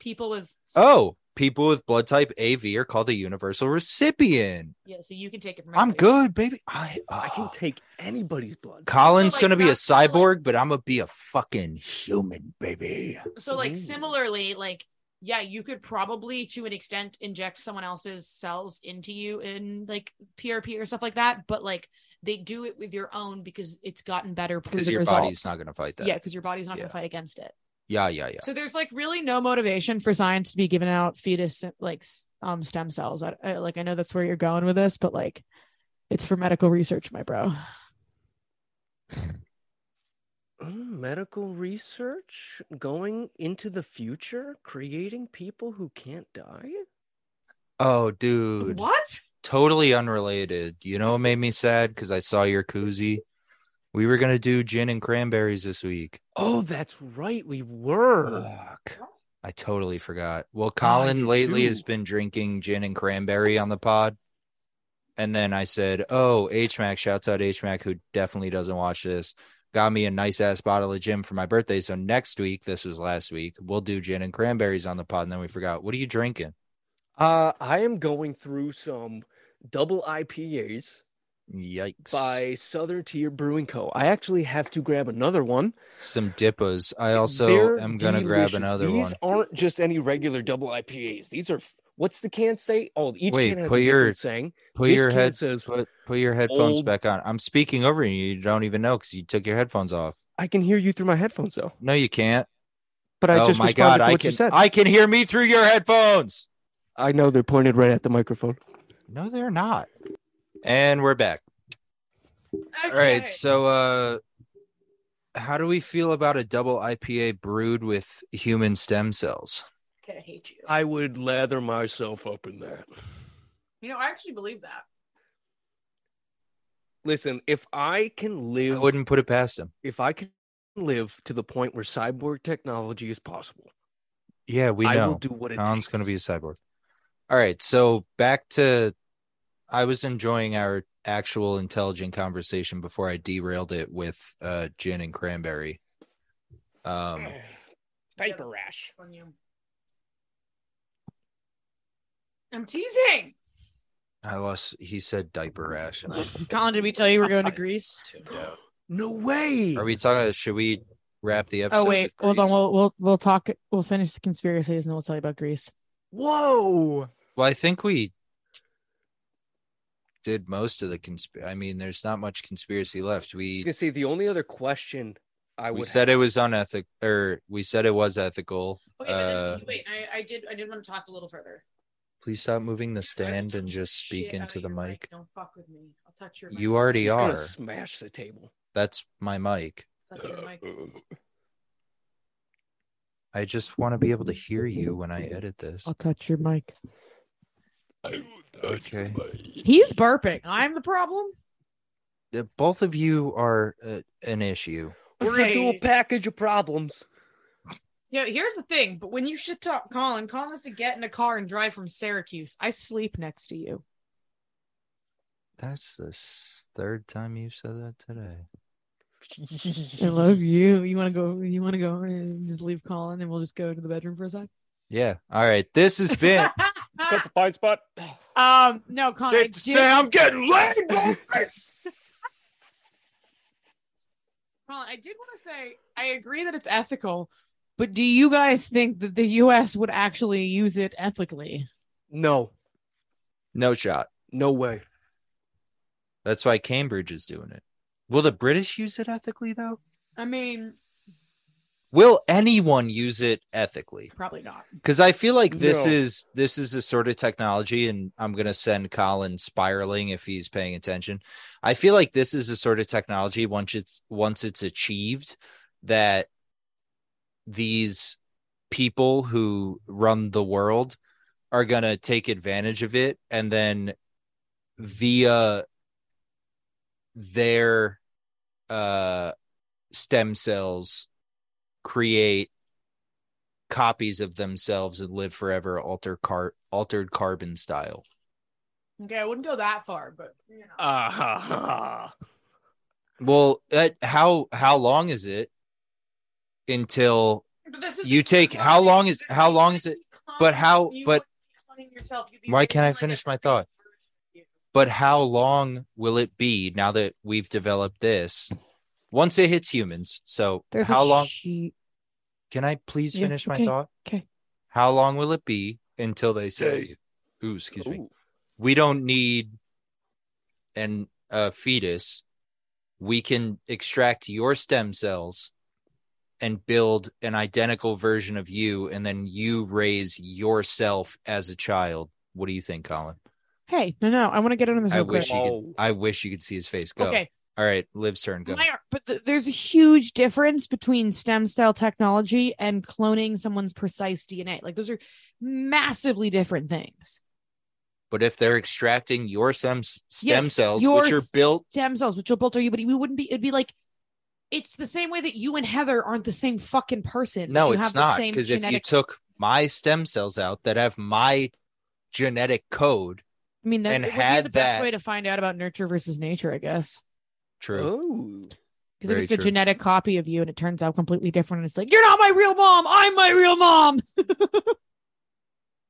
Speaker 3: people with
Speaker 4: Oh, people with blood type AV are called the universal recipient.
Speaker 3: yeah so you can take it from
Speaker 4: I'm
Speaker 3: anybody.
Speaker 4: good, baby. I,
Speaker 2: I can
Speaker 4: ah.
Speaker 2: take anybody's blood.
Speaker 4: Colin's
Speaker 3: So, like,
Speaker 4: gonna be a
Speaker 3: that's kinda like-
Speaker 4: cyborg, but I'm gonna be a fucking human, baby.
Speaker 3: so like
Speaker 2: Ooh.
Speaker 3: similarly like yeah you could probably to an extent inject someone else's cells into you in like prp or stuff like that but like they do it with your own because it's gotten better
Speaker 4: Because
Speaker 3: proven
Speaker 4: your
Speaker 3: results.
Speaker 4: body's not gonna fight that.
Speaker 3: yeah because your body's not
Speaker 4: Yeah.
Speaker 3: gonna fight against it
Speaker 4: yeah, yeah, yeah.
Speaker 3: so there's like really no motivation for science to be giving out fetus like s- um stem cells I, I like i know that's where you're going with this but like it's for medical research my bro
Speaker 2: Mm, medical research going into the future, creating people who can't die.
Speaker 4: Oh, dude.
Speaker 3: what
Speaker 4: totally unrelated. You know what made me sad? Because I saw your koozie. We were gonna do gin and cranberries this week.
Speaker 2: Oh, that's right. We were.
Speaker 4: Fuck. I totally forgot. Well,
Speaker 2: I
Speaker 4: Colin
Speaker 2: did
Speaker 4: lately has
Speaker 2: Ah, too.
Speaker 4: been drinking gin and cranberry on the pod. And then I said, Oh, HMAC, shouts out HMAC, who definitely doesn't watch this. Got me a nice ass bottle of gin for my birthday. So next week, this was last week, we'll do gin and cranberries on the pod. And then we forgot, What are you drinking?
Speaker 2: Uh, I am going through some double IPAs
Speaker 4: Yikes.
Speaker 2: by Southern Tier Brewing Co. I actually have to grab another one.
Speaker 4: Some dippas. I also
Speaker 2: They're
Speaker 4: am going to grab
Speaker 2: delicious.
Speaker 4: another
Speaker 2: These
Speaker 4: one.
Speaker 2: aren't just any regular double IPAs. These are f- what's the can say? Oh, each
Speaker 4: Wait,
Speaker 2: can has
Speaker 4: put
Speaker 2: a
Speaker 4: your-
Speaker 2: different saying.
Speaker 4: Put
Speaker 2: This
Speaker 4: your
Speaker 2: can
Speaker 4: head
Speaker 2: says,
Speaker 4: put put your headphones
Speaker 2: old-
Speaker 4: back on. I'm speaking over you. You don't even know because you took your headphones off.
Speaker 2: "I can hear you through my headphones, though."
Speaker 4: No, you can't.
Speaker 2: But I
Speaker 4: oh
Speaker 2: just
Speaker 4: my
Speaker 2: responded
Speaker 4: god,
Speaker 2: to
Speaker 4: I
Speaker 2: what
Speaker 4: can
Speaker 2: you said.
Speaker 4: I can hear me through your headphones.
Speaker 2: I know they're pointed right at the microphone.
Speaker 4: No, they're not. And we're back.
Speaker 3: okay.
Speaker 4: All right. So uh how do we feel about a double IPA brewed with human stem cells?
Speaker 3: okay i hate you
Speaker 2: I would lather myself up in that.
Speaker 3: you know i actually believe that
Speaker 2: Listen, if I can
Speaker 4: I
Speaker 2: live,
Speaker 4: wouldn't put it past him.
Speaker 2: if I can live to the point where cyborg technology is possible,
Speaker 4: Yeah, we
Speaker 2: I
Speaker 4: know.
Speaker 2: will do what it
Speaker 4: Colin's going to
Speaker 2: takes.
Speaker 4: be a cyborg. All right. So back to, I was enjoying our actual intelligent conversation before I derailed it with uh, gin and cranberry. Um,
Speaker 2: Diaper rash.
Speaker 3: on you. I'm teasing.
Speaker 4: I lost. He said diaper rash, and I
Speaker 3: Colin, did we tell you we're going to Greece?
Speaker 4: tuned out.
Speaker 2: No way.
Speaker 4: Are we talking? Should we wrap the episode?
Speaker 3: Oh wait,
Speaker 4: with
Speaker 3: hold on.
Speaker 4: Greece?
Speaker 3: We'll we'll we'll talk. We'll finish the conspiracies and then we'll tell you about Greece.
Speaker 2: Whoa.
Speaker 4: Well, I think we did most of the conspiracy. I mean, there's not much conspiracy left.
Speaker 2: I was
Speaker 4: We
Speaker 2: gonna say the only other question I
Speaker 4: we
Speaker 2: would
Speaker 4: said
Speaker 2: have-
Speaker 4: it was unethical, or we said it was ethical.
Speaker 3: Okay, but then,
Speaker 4: Uh,
Speaker 3: wait. I, I did I did want to talk a little further.
Speaker 4: Please stop moving the stand
Speaker 3: I-
Speaker 4: and just speak
Speaker 3: Shit out
Speaker 4: into
Speaker 3: of
Speaker 4: the
Speaker 3: your
Speaker 4: mic.
Speaker 3: Don't fuck with me. I'll touch your.
Speaker 4: You
Speaker 3: mic.
Speaker 4: already
Speaker 2: He's
Speaker 4: are.
Speaker 2: gonna smash the table.
Speaker 4: That's my mic.
Speaker 3: Touch your mic.
Speaker 4: I just want to be able to hear you when I edit this.
Speaker 3: I'll touch your mic.
Speaker 4: Okay.
Speaker 3: He's burping. I'm the problem.
Speaker 4: Uh, Both of you are uh, an issue.
Speaker 2: We're gonna do a package of problems.
Speaker 3: Yeah, here's the thing. But when you shit talk Colin, Colin has to get in a car and drive from Syracuse. I sleep next to you.
Speaker 4: That's the s- third time you said that today.
Speaker 3: I love you. You want to go? You want to go and just leave Colin, and we'll just go to the bedroom for a sec.
Speaker 4: Yeah. All right. This has been.
Speaker 2: Got the fine spot.
Speaker 3: um, no, Colin. I
Speaker 4: Safe to
Speaker 3: did-
Speaker 4: say I'm getting laid. bro.
Speaker 3: Colin, I did want to say I agree that it's ethical, but do you guys think that the U.S. would actually use it ethically?
Speaker 2: No,
Speaker 4: no shot.
Speaker 2: no way.
Speaker 4: That's why Cambridge is doing it. Will the British use it ethically though?
Speaker 3: I mean,
Speaker 4: Will anyone use it ethically?
Speaker 3: probably not.
Speaker 4: Because I feel like this
Speaker 2: No.
Speaker 4: is this is the sort of technology, and I'm gonna send Colin spiraling if he's paying attention. I feel like this is the sort of technology once it's once it's achieved that these people who run the world are gonna take advantage of it, and then via their uh, stem cells create copies of themselves and live forever alter car- altered carbon style
Speaker 3: Okay, I wouldn't go that far, but you know.
Speaker 2: Ah, ha, ha,
Speaker 4: well uh, how how long is it until
Speaker 3: But this
Speaker 4: you take- how long is- how long is it- but how- but- Why can't I finish my thought? but how long will it be now that we've developed this once it hits humans so how long can i please
Speaker 3: Yeah,
Speaker 4: finish
Speaker 3: okay,
Speaker 4: my thought
Speaker 3: okay.
Speaker 4: how long will it be until they say ooh excuse
Speaker 2: ha.
Speaker 4: me
Speaker 2: Ooh.
Speaker 4: we don't need an a fetus we can extract your stem cells and build an identical version of you and then you raise yourself as a child what do you think colin
Speaker 3: Hey, no, no, I want to get into this.
Speaker 4: i
Speaker 3: real quick.
Speaker 4: wish you
Speaker 2: Oh.
Speaker 4: could i wish you could see his face go
Speaker 3: Okay,
Speaker 4: all right liv's turn go
Speaker 3: my, but th- there's a huge difference between stem cell technology and cloning someone's precise DNA. Like those are massively different things.
Speaker 4: but if they're extracting your stem, stem
Speaker 3: Yes,
Speaker 4: cells
Speaker 3: your
Speaker 4: which are
Speaker 3: s-
Speaker 4: built
Speaker 3: Stem cells, which will build you, but we wouldn't be. It'd be like it's the same way that you and Heather aren't the same fucking person. but
Speaker 4: no
Speaker 3: you have
Speaker 4: it's
Speaker 3: the
Speaker 4: not
Speaker 3: same
Speaker 4: because if you
Speaker 3: genetic-
Speaker 4: took my stem cells out that have my genetic code
Speaker 3: I mean, that
Speaker 4: and
Speaker 3: it would be
Speaker 4: had
Speaker 3: the best
Speaker 4: that-
Speaker 3: way to find out about nurture versus nature, I guess.
Speaker 4: true
Speaker 3: Oh.
Speaker 2: Ooh.
Speaker 3: Because if
Speaker 4: Very
Speaker 3: it's a
Speaker 4: true.
Speaker 3: genetic copy of you and it turns out completely different, and it's like, you're not my real mom. I'm my real mom.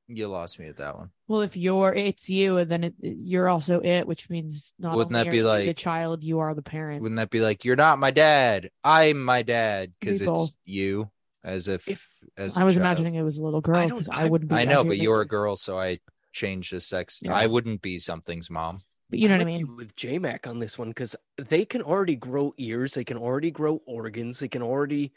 Speaker 4: You lost me at that one.
Speaker 3: Well, if you're it's you, and then it, you're also it, which means not
Speaker 4: Wouldn't
Speaker 3: only
Speaker 4: that
Speaker 3: are
Speaker 4: be
Speaker 3: you the
Speaker 4: like-
Speaker 3: child, you are the parent.
Speaker 4: Wouldn't that be like you're not my dad? I'm my dad because
Speaker 3: Be both.
Speaker 4: it's you. As if,
Speaker 2: If
Speaker 4: as
Speaker 3: I
Speaker 4: a
Speaker 3: was
Speaker 4: child.
Speaker 3: imagining it was a little girl
Speaker 2: I don't-
Speaker 3: because I,
Speaker 2: I-
Speaker 3: wouldn't be.
Speaker 4: I know, but
Speaker 3: imagining-
Speaker 4: you're a girl, so I changed the sex.
Speaker 3: Yeah.
Speaker 4: I wouldn't be something's mom.
Speaker 3: But you know what I
Speaker 2: might be
Speaker 3: mean.
Speaker 2: With J Mac on this one, because they can already grow ears, they can already grow organs, they can already.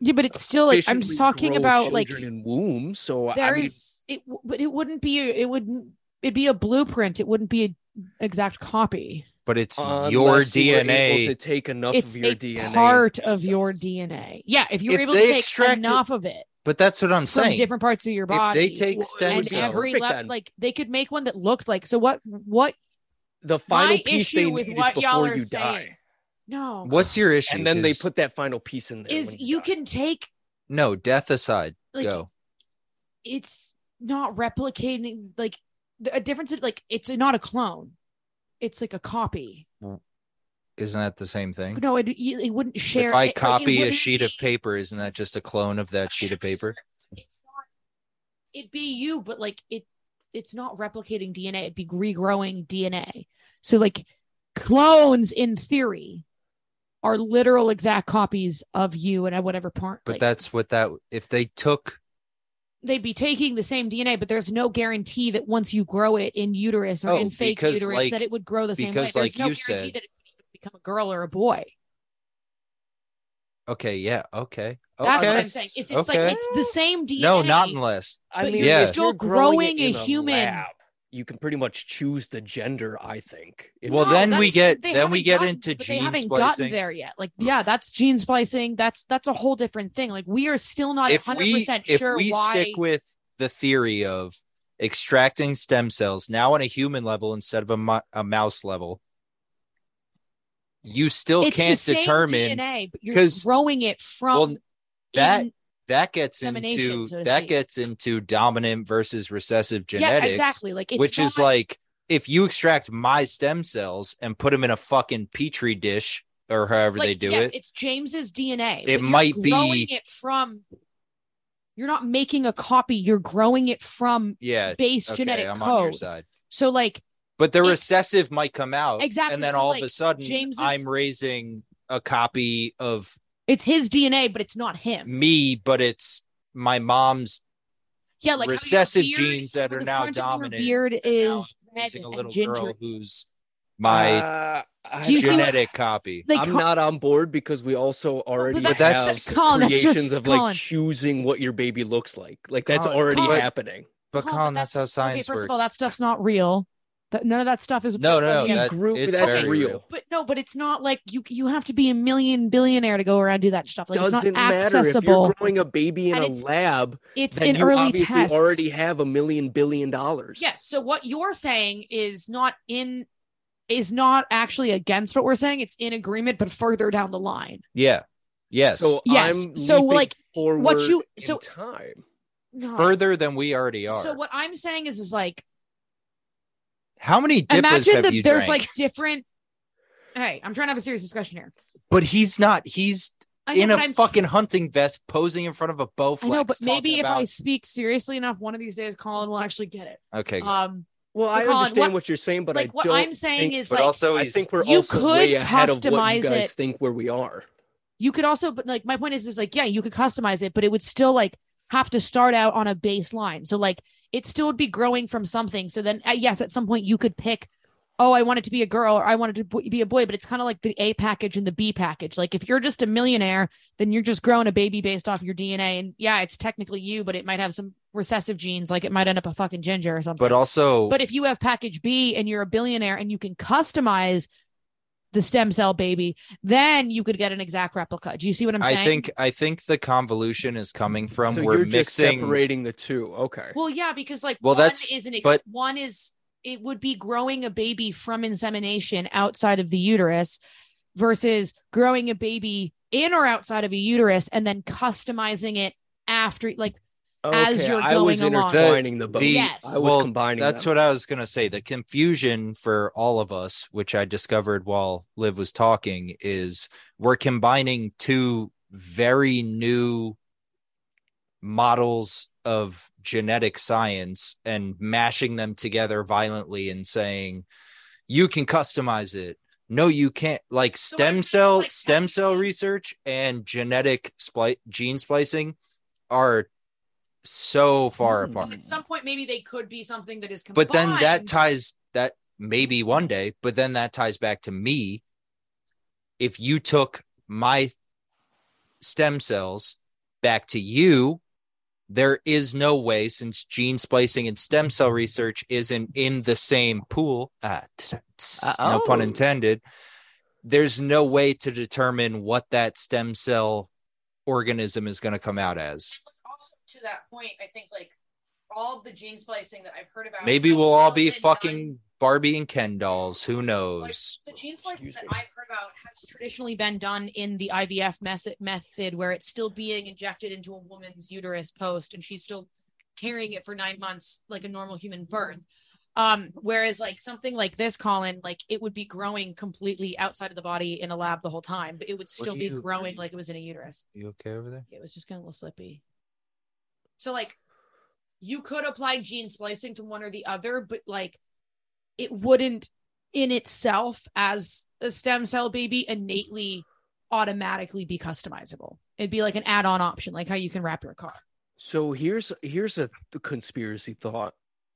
Speaker 3: Yeah, but it's still like I'm
Speaker 2: efficiently
Speaker 3: just talking
Speaker 2: grow
Speaker 3: about like
Speaker 2: children in wombs. So I
Speaker 3: there
Speaker 2: mean,
Speaker 3: is it, w- but it wouldn't be. a- It wouldn't. It'd be a blueprint. It wouldn't be an exact copy.
Speaker 4: But it's
Speaker 2: unless
Speaker 4: your
Speaker 2: you were able
Speaker 4: DNA.
Speaker 2: to take enough
Speaker 3: It's
Speaker 2: of your
Speaker 3: a
Speaker 2: DNA. and
Speaker 3: part
Speaker 2: stem
Speaker 3: of your
Speaker 2: cells.
Speaker 3: DNA. Yeah, if you were
Speaker 4: If
Speaker 3: able to
Speaker 4: they
Speaker 3: take
Speaker 4: extract it
Speaker 3: enough of it
Speaker 4: But that's what I'm
Speaker 3: from
Speaker 4: saying.
Speaker 3: different parts of your
Speaker 4: if
Speaker 3: body,
Speaker 4: they take
Speaker 2: Well, it
Speaker 4: stem
Speaker 2: would
Speaker 3: and
Speaker 2: be
Speaker 4: cells,
Speaker 3: every
Speaker 2: perfect
Speaker 3: left,
Speaker 2: then.
Speaker 3: like they could make one that looked like. So what? What
Speaker 2: The final
Speaker 3: my
Speaker 2: piece
Speaker 3: issue
Speaker 2: they
Speaker 3: with
Speaker 2: need is
Speaker 3: what y'all
Speaker 2: before
Speaker 3: are
Speaker 2: you
Speaker 3: saying.
Speaker 2: die,
Speaker 3: No.
Speaker 4: what's your issue?
Speaker 2: and then they
Speaker 4: Is-
Speaker 2: put that final piece in there.
Speaker 3: is
Speaker 2: when
Speaker 3: you
Speaker 2: die.
Speaker 3: can take
Speaker 4: no death aside.
Speaker 3: like
Speaker 4: go.
Speaker 3: it's not replicating like th- a difference in- like it's not a clone. It's like a copy.
Speaker 4: Isn't that the same thing?
Speaker 3: No, it you- it wouldn't share.
Speaker 4: Mm-hmm. if I
Speaker 3: it- like, it
Speaker 4: copy a
Speaker 3: wouldn't
Speaker 4: sheet of
Speaker 3: be-
Speaker 4: paper, isn't that just a clone of that sheet of paper?
Speaker 3: It's not. It'd be you, but like it, it's not replicating DNA. It'd be regrowing DNA. So like clones, in theory, are literal exact copies of you and at whatever part.
Speaker 4: But
Speaker 3: like,
Speaker 4: that's what that. If they took
Speaker 3: they'd be taking the same DNA, but there's no guarantee that once you grow it in uterus or
Speaker 4: Oh,
Speaker 3: in fake
Speaker 4: because,
Speaker 3: uterus
Speaker 4: like-
Speaker 3: that it would grow the same way.
Speaker 4: because,
Speaker 3: There's
Speaker 4: like
Speaker 3: no
Speaker 4: you
Speaker 3: guarantee
Speaker 4: said-
Speaker 3: that it would even become a girl or a boy.
Speaker 4: Okay, yeah, okay.
Speaker 3: That's
Speaker 4: okay.
Speaker 3: what I'm saying. It's, it's
Speaker 4: okay.
Speaker 3: like it's the same DNA.
Speaker 4: No, not unless.
Speaker 2: I
Speaker 3: but
Speaker 2: mean,
Speaker 4: you're
Speaker 2: if
Speaker 4: still
Speaker 2: you're growing,
Speaker 3: growing
Speaker 2: it
Speaker 3: a
Speaker 2: in a
Speaker 3: human.
Speaker 2: lab, you can pretty much choose the gender. I think. If
Speaker 4: Well,
Speaker 3: No,
Speaker 4: then we
Speaker 3: that's-
Speaker 4: get-
Speaker 3: they
Speaker 4: then we
Speaker 3: haven't
Speaker 4: get
Speaker 3: gotten-
Speaker 4: into
Speaker 3: but
Speaker 4: gene
Speaker 3: They haven't
Speaker 4: splicing.
Speaker 3: gotten there yet. Like, yeah, that's gene splicing. That's that's a whole different thing. Like, we are still not
Speaker 4: If
Speaker 3: 100
Speaker 4: we
Speaker 3: percent
Speaker 4: if
Speaker 3: sure
Speaker 4: we
Speaker 3: why.
Speaker 4: stick with the theory of extracting stem cells now on a human level instead of a, mo- a mouse level, you still
Speaker 3: it's the
Speaker 4: can't
Speaker 3: same
Speaker 4: determine
Speaker 3: DNA, but you're
Speaker 4: 'cause-
Speaker 3: growing it from
Speaker 4: well, that
Speaker 3: in-
Speaker 4: that gets
Speaker 3: Dissemination,
Speaker 4: into
Speaker 3: so to
Speaker 4: that
Speaker 3: speak.
Speaker 4: gets into dominant versus recessive genetics,
Speaker 3: yeah, exactly. Like it's
Speaker 4: which is
Speaker 3: not-
Speaker 4: like if you extract my stem cells and put them in a fucking petri dish or however they
Speaker 3: like,
Speaker 4: do
Speaker 3: yes,
Speaker 4: it,
Speaker 3: It's James's DNA.
Speaker 4: It
Speaker 3: but you're
Speaker 4: might be-
Speaker 3: growing it from. You're not making a copy. You're growing it from
Speaker 4: yeah,
Speaker 3: base
Speaker 4: okay,
Speaker 3: genetic
Speaker 4: I'm on your
Speaker 3: code.
Speaker 4: side.
Speaker 3: So like
Speaker 4: But the
Speaker 3: It's-
Speaker 4: recessive might come out,
Speaker 3: Exactly,
Speaker 4: and then
Speaker 3: so,
Speaker 4: all of
Speaker 3: like,
Speaker 4: a sudden,
Speaker 3: James's-
Speaker 4: I'm raising a copy of
Speaker 3: it's his DNA, but it's not him.
Speaker 4: me, but it's my mom's
Speaker 3: Yeah, like how your
Speaker 4: recessive
Speaker 3: beard-
Speaker 4: genes that
Speaker 3: how
Speaker 4: are
Speaker 3: the
Speaker 4: now
Speaker 3: front of your
Speaker 4: dominant.
Speaker 3: Beard
Speaker 4: and now
Speaker 3: is
Speaker 4: I'm
Speaker 3: red
Speaker 4: raising a
Speaker 3: and
Speaker 4: little
Speaker 3: ginger.
Speaker 4: girl who's my
Speaker 2: Uh, I-
Speaker 3: Do you see what-
Speaker 4: genetic copy.
Speaker 3: Like,
Speaker 2: I'm
Speaker 3: Col-
Speaker 2: not on board because we also already
Speaker 3: that's
Speaker 2: have
Speaker 4: just-
Speaker 3: Colin, that's just
Speaker 2: creations of
Speaker 3: Colin.
Speaker 2: like choosing what your baby looks like. Like that's
Speaker 4: Colin,
Speaker 2: already
Speaker 3: Colin.
Speaker 2: happening.
Speaker 4: Oh, But
Speaker 3: Colin,
Speaker 4: Colin, that's, how science
Speaker 3: okay, first
Speaker 4: works.
Speaker 3: of all, that stuff's not real. That, none of that stuff is
Speaker 4: no, no, no,
Speaker 3: Yeah.
Speaker 4: Oh, that-
Speaker 2: Group-
Speaker 4: it's
Speaker 2: that's
Speaker 4: very
Speaker 2: real.
Speaker 3: but no, but it's not like you you have to be a million billionaire to go around and do that stuff. Like
Speaker 2: Doesn't
Speaker 3: it's not
Speaker 2: matter if you're
Speaker 3: accessible.
Speaker 2: growing a baby in
Speaker 3: And
Speaker 2: a
Speaker 3: it's-
Speaker 2: lab.
Speaker 3: It's
Speaker 2: then
Speaker 3: an
Speaker 2: you
Speaker 3: early
Speaker 2: obviously
Speaker 3: test.
Speaker 2: already have a million billion dollars.
Speaker 3: Yes. So what you're saying is not in is not actually against what we're saying. It's in agreement, but further down the line.
Speaker 4: Yeah. Yes.
Speaker 2: So
Speaker 3: Yes.
Speaker 2: I'm
Speaker 3: So,
Speaker 2: leaping
Speaker 3: like,
Speaker 2: forward
Speaker 3: what you-
Speaker 2: in
Speaker 3: so-
Speaker 2: time.
Speaker 3: No.
Speaker 4: Further than we already are.
Speaker 3: So what I'm saying is is like
Speaker 4: How many dippas
Speaker 3: imagine
Speaker 4: have
Speaker 3: that
Speaker 4: you
Speaker 3: there's
Speaker 4: drank?
Speaker 3: like different Hey, I'm trying to have a serious discussion here.
Speaker 4: but he's not. He's
Speaker 3: I know,
Speaker 4: in a
Speaker 3: but I'm-
Speaker 4: fucking hunting vest, posing in front of a bow
Speaker 3: I
Speaker 4: flex.
Speaker 3: know, but
Speaker 4: talking
Speaker 3: maybe if I
Speaker 4: about-
Speaker 3: speak seriously enough, one of these days Colin will actually get it.
Speaker 4: okay, good.
Speaker 3: Um
Speaker 2: Well,
Speaker 3: So,
Speaker 2: I
Speaker 3: Colin,
Speaker 2: understand
Speaker 3: what-
Speaker 2: what, you're saying, but I
Speaker 3: like what
Speaker 2: don't
Speaker 3: I'm saying
Speaker 2: think-
Speaker 3: is
Speaker 4: but
Speaker 3: like
Speaker 4: also
Speaker 2: I
Speaker 4: he's,
Speaker 2: think we're
Speaker 3: you
Speaker 2: also
Speaker 3: could
Speaker 2: way ahead of what you
Speaker 3: customize
Speaker 2: guys
Speaker 3: it.
Speaker 2: think where we are.
Speaker 3: you could also but like my point is is like yeah you could customize it but it would still like have to start out on a baseline so like it still would be growing from something so then uh, yes at some point you could pick oh i want it to be a girl or i want it to b- be a boy but it's kind of like the a package and the b package like if you're just a millionaire then you're just growing a baby based off your dna and yeah it's technically you but it might have some recessive genes like it might end up a fucking ginger or something
Speaker 4: but also,
Speaker 3: but if you have package B and you're a billionaire and you can customize the stem cell baby, then you could get an exact replica. Do you see what I'm saying?
Speaker 4: I think I think the convolution is coming from
Speaker 2: so
Speaker 4: we're
Speaker 2: you're just
Speaker 4: mixing.
Speaker 2: separating the two. Okay.
Speaker 3: Well, yeah, because like
Speaker 4: Well,
Speaker 3: one
Speaker 4: that's-
Speaker 3: is an ex-
Speaker 4: but-
Speaker 3: one is it would be growing a baby from insemination outside of the uterus versus growing a baby in or outside of a uterus and then customizing it after like as
Speaker 2: Okay,
Speaker 3: you're
Speaker 2: I was
Speaker 3: going along.
Speaker 2: intertwining the, both.
Speaker 4: the-
Speaker 3: Yes.
Speaker 2: I was
Speaker 4: well,
Speaker 2: combining.
Speaker 4: That's
Speaker 2: them.
Speaker 4: what I was going to say. The confusion for all of us, which I discovered while Liv was talking, is we're combining two very new models of genetic science and mashing them together violently and saying, you can customize it. No, you can't. Like
Speaker 3: So
Speaker 4: stem
Speaker 3: I'm saying,
Speaker 4: cell,
Speaker 3: like,
Speaker 4: stem cell
Speaker 3: technically-
Speaker 4: research and genetic spli- gene splicing are so far
Speaker 2: Hmm.
Speaker 4: apart
Speaker 3: at some point maybe they could be something that is combined.
Speaker 4: but then that ties that maybe one day but then that ties back to me if you took my stem cells back to you there is no way since gene splicing and stem cell research isn't in the same pool ah, t- t- no pun
Speaker 2: Uh-oh.
Speaker 4: intended there's no way to determine what that stem cell organism is going to come out as
Speaker 3: And, like, also to that point, I think like all of the gene splicing that I've heard about.
Speaker 4: maybe
Speaker 3: has
Speaker 4: we'll all
Speaker 3: still
Speaker 4: be
Speaker 3: been
Speaker 4: fucking barbie and ken dolls who knows
Speaker 3: done- like, the gene splicing
Speaker 2: Excuse
Speaker 3: that
Speaker 2: me.
Speaker 3: I've heard about has traditionally been done in the IVF mes- method, where it's still being injected into a woman's uterus post, and she's still carrying it for nine months like a normal human birth. Um, whereas like something like this, Colin, like it would be growing completely outside of the body in a lab the whole time, but it would still
Speaker 4: do
Speaker 3: be
Speaker 4: you-
Speaker 3: growing like it was in a uterus.
Speaker 4: You okay over there?
Speaker 3: it was just kind of a little slippy. So like you could apply gene splicing to one or the other, but like it wouldn't in itself as a stem cell baby innately automatically be customizable. It'd be like an add-on option, like how you can wrap your car.
Speaker 2: So here's here's a th- conspiracy thought.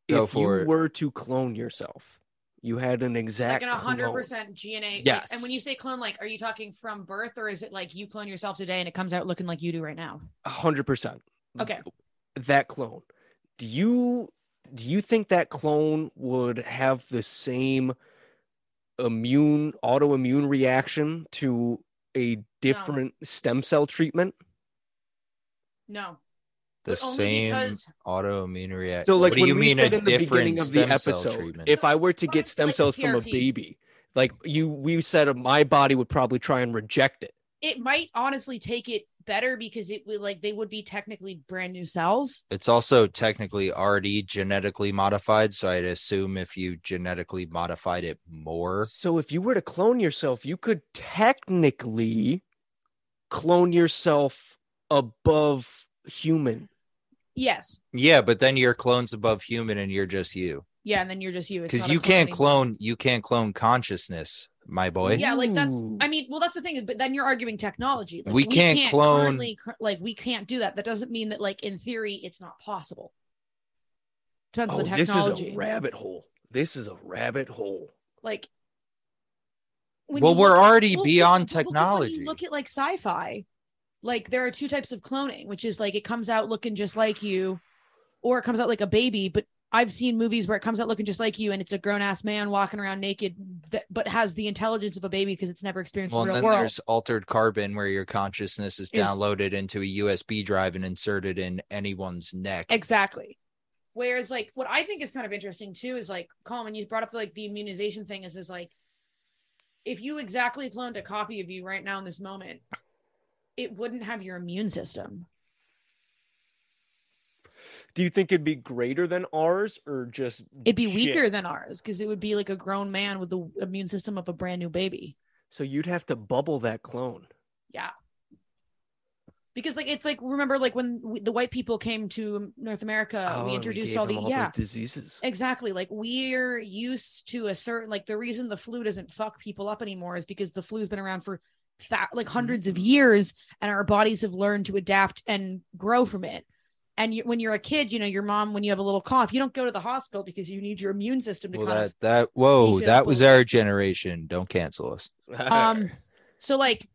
Speaker 4: Go
Speaker 2: if you
Speaker 4: for it.
Speaker 2: were to clone yourself, you had an exact
Speaker 3: like an hundred
Speaker 2: clone.
Speaker 3: percent GNA. like-
Speaker 4: Yes.
Speaker 3: and when you say clone, like are you talking from birth or is it like you clone yourself today and it comes out looking like you do right now?
Speaker 2: A hundred percent.
Speaker 3: Okay.
Speaker 2: That clone. Do you do you think that clone would have the same immune autoimmune reaction to a different stem cell treatment?
Speaker 3: No.
Speaker 4: The
Speaker 3: But only
Speaker 4: same
Speaker 3: because-
Speaker 4: autoimmune reaction.
Speaker 2: So, like
Speaker 4: what do
Speaker 2: when
Speaker 4: you
Speaker 2: we
Speaker 4: mean
Speaker 2: said
Speaker 4: a
Speaker 2: in the
Speaker 4: different
Speaker 2: beginning of the
Speaker 4: stem cell
Speaker 2: episode,
Speaker 4: treatment?
Speaker 2: if I were to
Speaker 3: But
Speaker 2: get
Speaker 3: it's
Speaker 2: stem
Speaker 3: like
Speaker 2: cells from a
Speaker 3: PRP.
Speaker 2: baby, like you, we said, uh, my body would probably try and reject it.
Speaker 3: it might honestly take it better because it would like they would be technically brand new cells.
Speaker 4: It's also technically already genetically modified, so I'd assume if you genetically modified it more,
Speaker 2: So if you were to clone yourself, you could technically clone yourself above human.
Speaker 3: Yes.
Speaker 4: yeah. But then your clone's above human, and you're just you
Speaker 3: Yeah, and then you're just you. It's
Speaker 4: because
Speaker 3: not a
Speaker 4: you can't
Speaker 3: anymore.
Speaker 4: clone. You can't clone consciousness, my boy.
Speaker 3: Yeah, like that's.
Speaker 2: Ooh.
Speaker 3: I mean, well, that's the thing. But then you're arguing technology. Like,
Speaker 4: We can't clone-
Speaker 3: currently cr- Like we can't do that. That doesn't mean that, like in theory, it's not possible. Depends
Speaker 2: Oh,
Speaker 3: on the
Speaker 2: this is
Speaker 3: technology.
Speaker 2: a rabbit hole. This is a rabbit hole.
Speaker 3: like. when
Speaker 4: Well,
Speaker 3: you
Speaker 4: we're
Speaker 3: look at-
Speaker 4: already
Speaker 3: well,
Speaker 4: beyond
Speaker 3: 'cause- well, 'cause when you
Speaker 4: technology.
Speaker 3: look at like sci-fi. Like there are two types of cloning, which is like it comes out looking just like you, or it comes out like a baby. But I've seen movies where it comes out looking just like you, and it's a grown ass man walking around naked, that, but has the intelligence of a baby because it's never experienced
Speaker 4: Well,
Speaker 3: the
Speaker 4: and
Speaker 3: real
Speaker 4: then
Speaker 3: world.
Speaker 4: there's altered carbon, where your consciousness is
Speaker 3: Is-
Speaker 4: downloaded into a USB drive and inserted in anyone's neck.
Speaker 3: Exactly. Whereas, like, what I think is kind of interesting too is like, Colin, you brought up like the immunization thing. Is is like, if you exactly cloned a copy of you right now in this moment, it wouldn't have your immune system.
Speaker 2: Do you think it'd be greater than ours or just
Speaker 3: It'd be
Speaker 2: shit?
Speaker 3: weaker than ours because it would be like a grown man with the immune system of a brand new baby.
Speaker 2: So you'd have to bubble that clone.
Speaker 3: Because like it's like remember like when we, the white people came to North America,
Speaker 2: Oh, and
Speaker 3: we
Speaker 2: we
Speaker 3: introduced
Speaker 2: gave
Speaker 3: all the
Speaker 2: them
Speaker 3: yeah.
Speaker 2: diseases.
Speaker 3: Exactly. Like we're used to a certain like the reason the flu doesn't fuck people up anymore is because the flu's been around for tha- like hundreds
Speaker 4: Mm-hmm.
Speaker 3: of years and our bodies have learned to adapt and grow from it. And you, when you're a kid, you know, your mom when you have a little cough, you don't go to the hospital because you need your immune system to
Speaker 4: Well,
Speaker 3: kind
Speaker 4: that that whoa,
Speaker 3: Ethan
Speaker 4: that was
Speaker 3: Bull.
Speaker 4: our generation. Don't cancel us.
Speaker 3: of um so like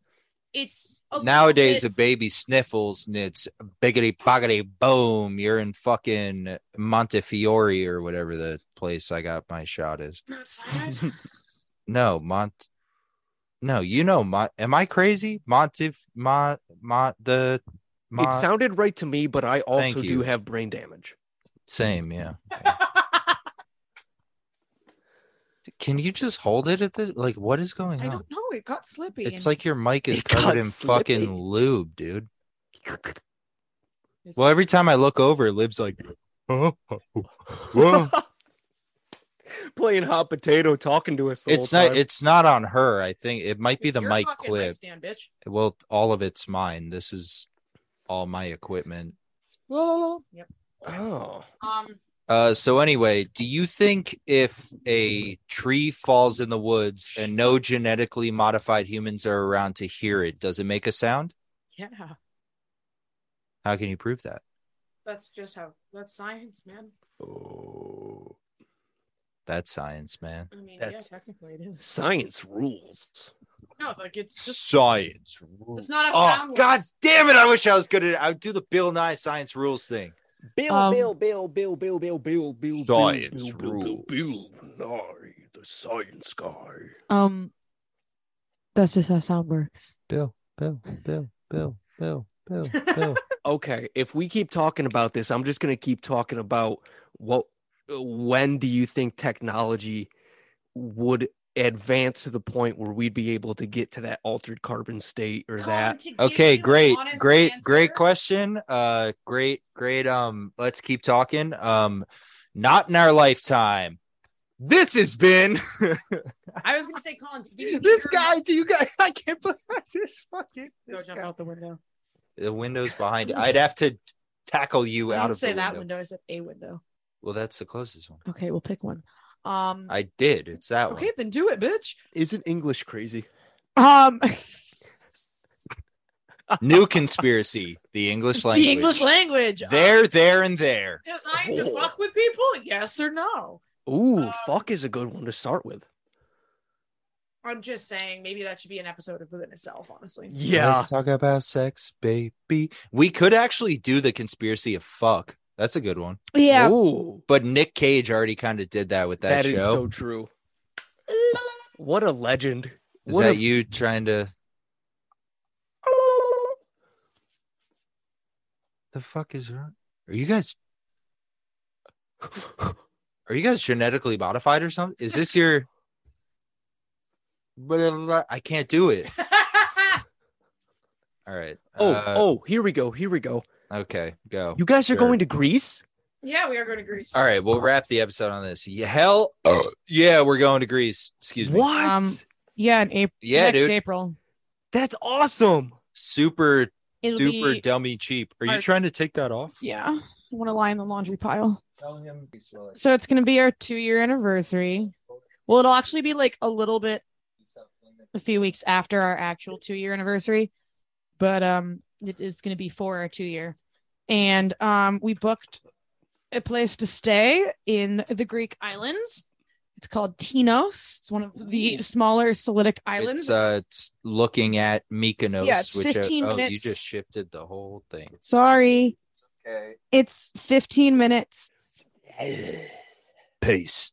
Speaker 3: it's a little
Speaker 4: Nowadays,
Speaker 3: bit-
Speaker 4: a baby sniffles and it's biggity boggity boom. You're in fucking Montefiore or whatever the place I got my shot is.
Speaker 3: Not sad.
Speaker 4: No, Mont. No, you know, Mont. Am I crazy? Montif, Mont, Mont, the
Speaker 2: it
Speaker 4: Mont.
Speaker 2: sounded right to me, but I
Speaker 4: Thank
Speaker 2: also do
Speaker 4: you.
Speaker 2: have brain damage.
Speaker 4: same, yeah. Can you just hold it at the like? What is going
Speaker 3: I
Speaker 4: on?
Speaker 3: don't know. It got slippy.
Speaker 4: It's
Speaker 3: and-
Speaker 4: like your mic is
Speaker 2: It
Speaker 4: covered
Speaker 2: got
Speaker 4: in
Speaker 2: slippy.
Speaker 4: fucking lube, dude. Well, every time I look over, Liv's like, oh, whoa.
Speaker 2: Playing hot potato, talking to us. The
Speaker 4: it's
Speaker 2: whole
Speaker 4: not.
Speaker 2: time.
Speaker 4: It's not on her. I think it might be
Speaker 3: It's
Speaker 4: the
Speaker 3: your
Speaker 4: mic
Speaker 3: fucking
Speaker 4: clip.
Speaker 3: stand, bitch.
Speaker 4: Well, all of it's mine. This is all my equipment.
Speaker 3: Yep.
Speaker 2: oh,
Speaker 3: Um
Speaker 4: Uh, so anyway, do you think if a tree falls in the woods and no genetically modified humans are around to hear it, does it make a sound?
Speaker 3: yeah.
Speaker 4: How can you prove that?
Speaker 3: That's just how that's science, man.
Speaker 2: Oh.
Speaker 4: That's science, man.
Speaker 3: I mean,
Speaker 2: That's-
Speaker 3: yeah, technically it is.
Speaker 2: science rules.
Speaker 3: No, like it's just
Speaker 4: Science.
Speaker 3: it's not a
Speaker 4: Oh
Speaker 3: sound.
Speaker 4: God damn it! I wish I was good at. I would do the Bill Nye science rules thing.
Speaker 2: Bill,
Speaker 3: Um,
Speaker 2: Bill, Bill, Bill, Bill, Bill, Bill, Bill,
Speaker 4: Science
Speaker 2: Bill, Bill, Bill,
Speaker 4: rules.
Speaker 2: Bill, Nye, the science guy.
Speaker 3: Um, that's just how sound works.
Speaker 4: Bill, Bill, Bill, Bill, Bill, Bill,
Speaker 3: Bill.
Speaker 2: okay if we keep talking about this i'm just going to keep talking about what when do you think technology would advance to the point where we'd be able to get to that altered carbon state or that
Speaker 4: Okay, great, great, great question. Uh, great, great. Um, let's keep talking. Um, not in our lifetime. This has been
Speaker 3: I was gonna say, Colin, to give you
Speaker 4: this
Speaker 3: your-
Speaker 4: guy. Do you guys? I can't believe this fucking.
Speaker 3: Go
Speaker 4: This
Speaker 3: jump
Speaker 4: guy.
Speaker 3: out the window.
Speaker 4: The window's behind it. I'd have to tackle you
Speaker 3: I
Speaker 4: out
Speaker 3: don't
Speaker 4: of
Speaker 3: say
Speaker 4: the
Speaker 3: that
Speaker 4: window.
Speaker 3: window. I said a window.
Speaker 4: Well, that's the closest one.
Speaker 3: Okay, we'll pick one. Um,
Speaker 4: I did. It's that
Speaker 3: okay, then do it, bitch.
Speaker 2: isn't english crazy
Speaker 3: Um,
Speaker 4: one. New conspiracy. The English language.
Speaker 3: the English language. Uh,
Speaker 4: There, there, and there.
Speaker 3: Um, designed to
Speaker 2: Oh.
Speaker 3: fuck with people? Yes or no?
Speaker 2: ooh
Speaker 3: Um,
Speaker 2: fuck is a good one to start with
Speaker 3: I'm just saying, maybe that should be an episode of within itself. Honestly,
Speaker 2: yeah
Speaker 4: Let's talk about sex, baby. We could actually do the conspiracy of fuck. That's a good one.
Speaker 3: yeah.
Speaker 2: Ooh,
Speaker 4: But Nick Cage already kind of did that with that,
Speaker 2: that is
Speaker 4: show.
Speaker 2: so true what a legend
Speaker 4: is
Speaker 2: what
Speaker 4: that
Speaker 2: a-
Speaker 4: you trying to the fuck is wrong? Are you guys
Speaker 2: Oh,
Speaker 4: are you guys genetically modified or something? Is this Oh. your Blah, blah, blah. I can't do it. All right.
Speaker 2: Oh,
Speaker 4: Uh,
Speaker 2: oh, here we go. Here we go.
Speaker 4: okay. Go.
Speaker 2: You guys are
Speaker 4: sure.
Speaker 2: going to Greece?
Speaker 3: Yeah, we are going to Greece.
Speaker 4: All right. We'll wrap the episode on this. Yeah, hell. yeah. We're going to Greece. Excuse me.
Speaker 2: What?
Speaker 3: Um, Yeah, in April.
Speaker 4: Yeah,
Speaker 3: next
Speaker 4: dude.
Speaker 3: April.
Speaker 2: That's awesome.
Speaker 4: Super
Speaker 3: It'll
Speaker 4: duper
Speaker 3: be-
Speaker 4: dummy cheap. Are you
Speaker 3: March.
Speaker 4: trying to take that off?
Speaker 3: yeah, I want to lie in the laundry pile.
Speaker 4: Tell him. he's willing.
Speaker 3: So it's going to be our two year anniversary. Well, it'll actually be like a little bit a few weeks after our actual two year anniversary, but um, it is going to be for our two year. And um, we booked a place to stay in the Greek islands. It's called Tinos. It's one of the smaller Solitic islands.
Speaker 4: It's, uh, it's looking at Mykonos,
Speaker 3: Yeah, it's
Speaker 4: which uh,
Speaker 3: 15
Speaker 4: oh, you
Speaker 3: minutes.
Speaker 4: just shifted the whole thing.
Speaker 3: Sorry,
Speaker 4: Okay.
Speaker 3: it's 15 minutes
Speaker 4: Peace.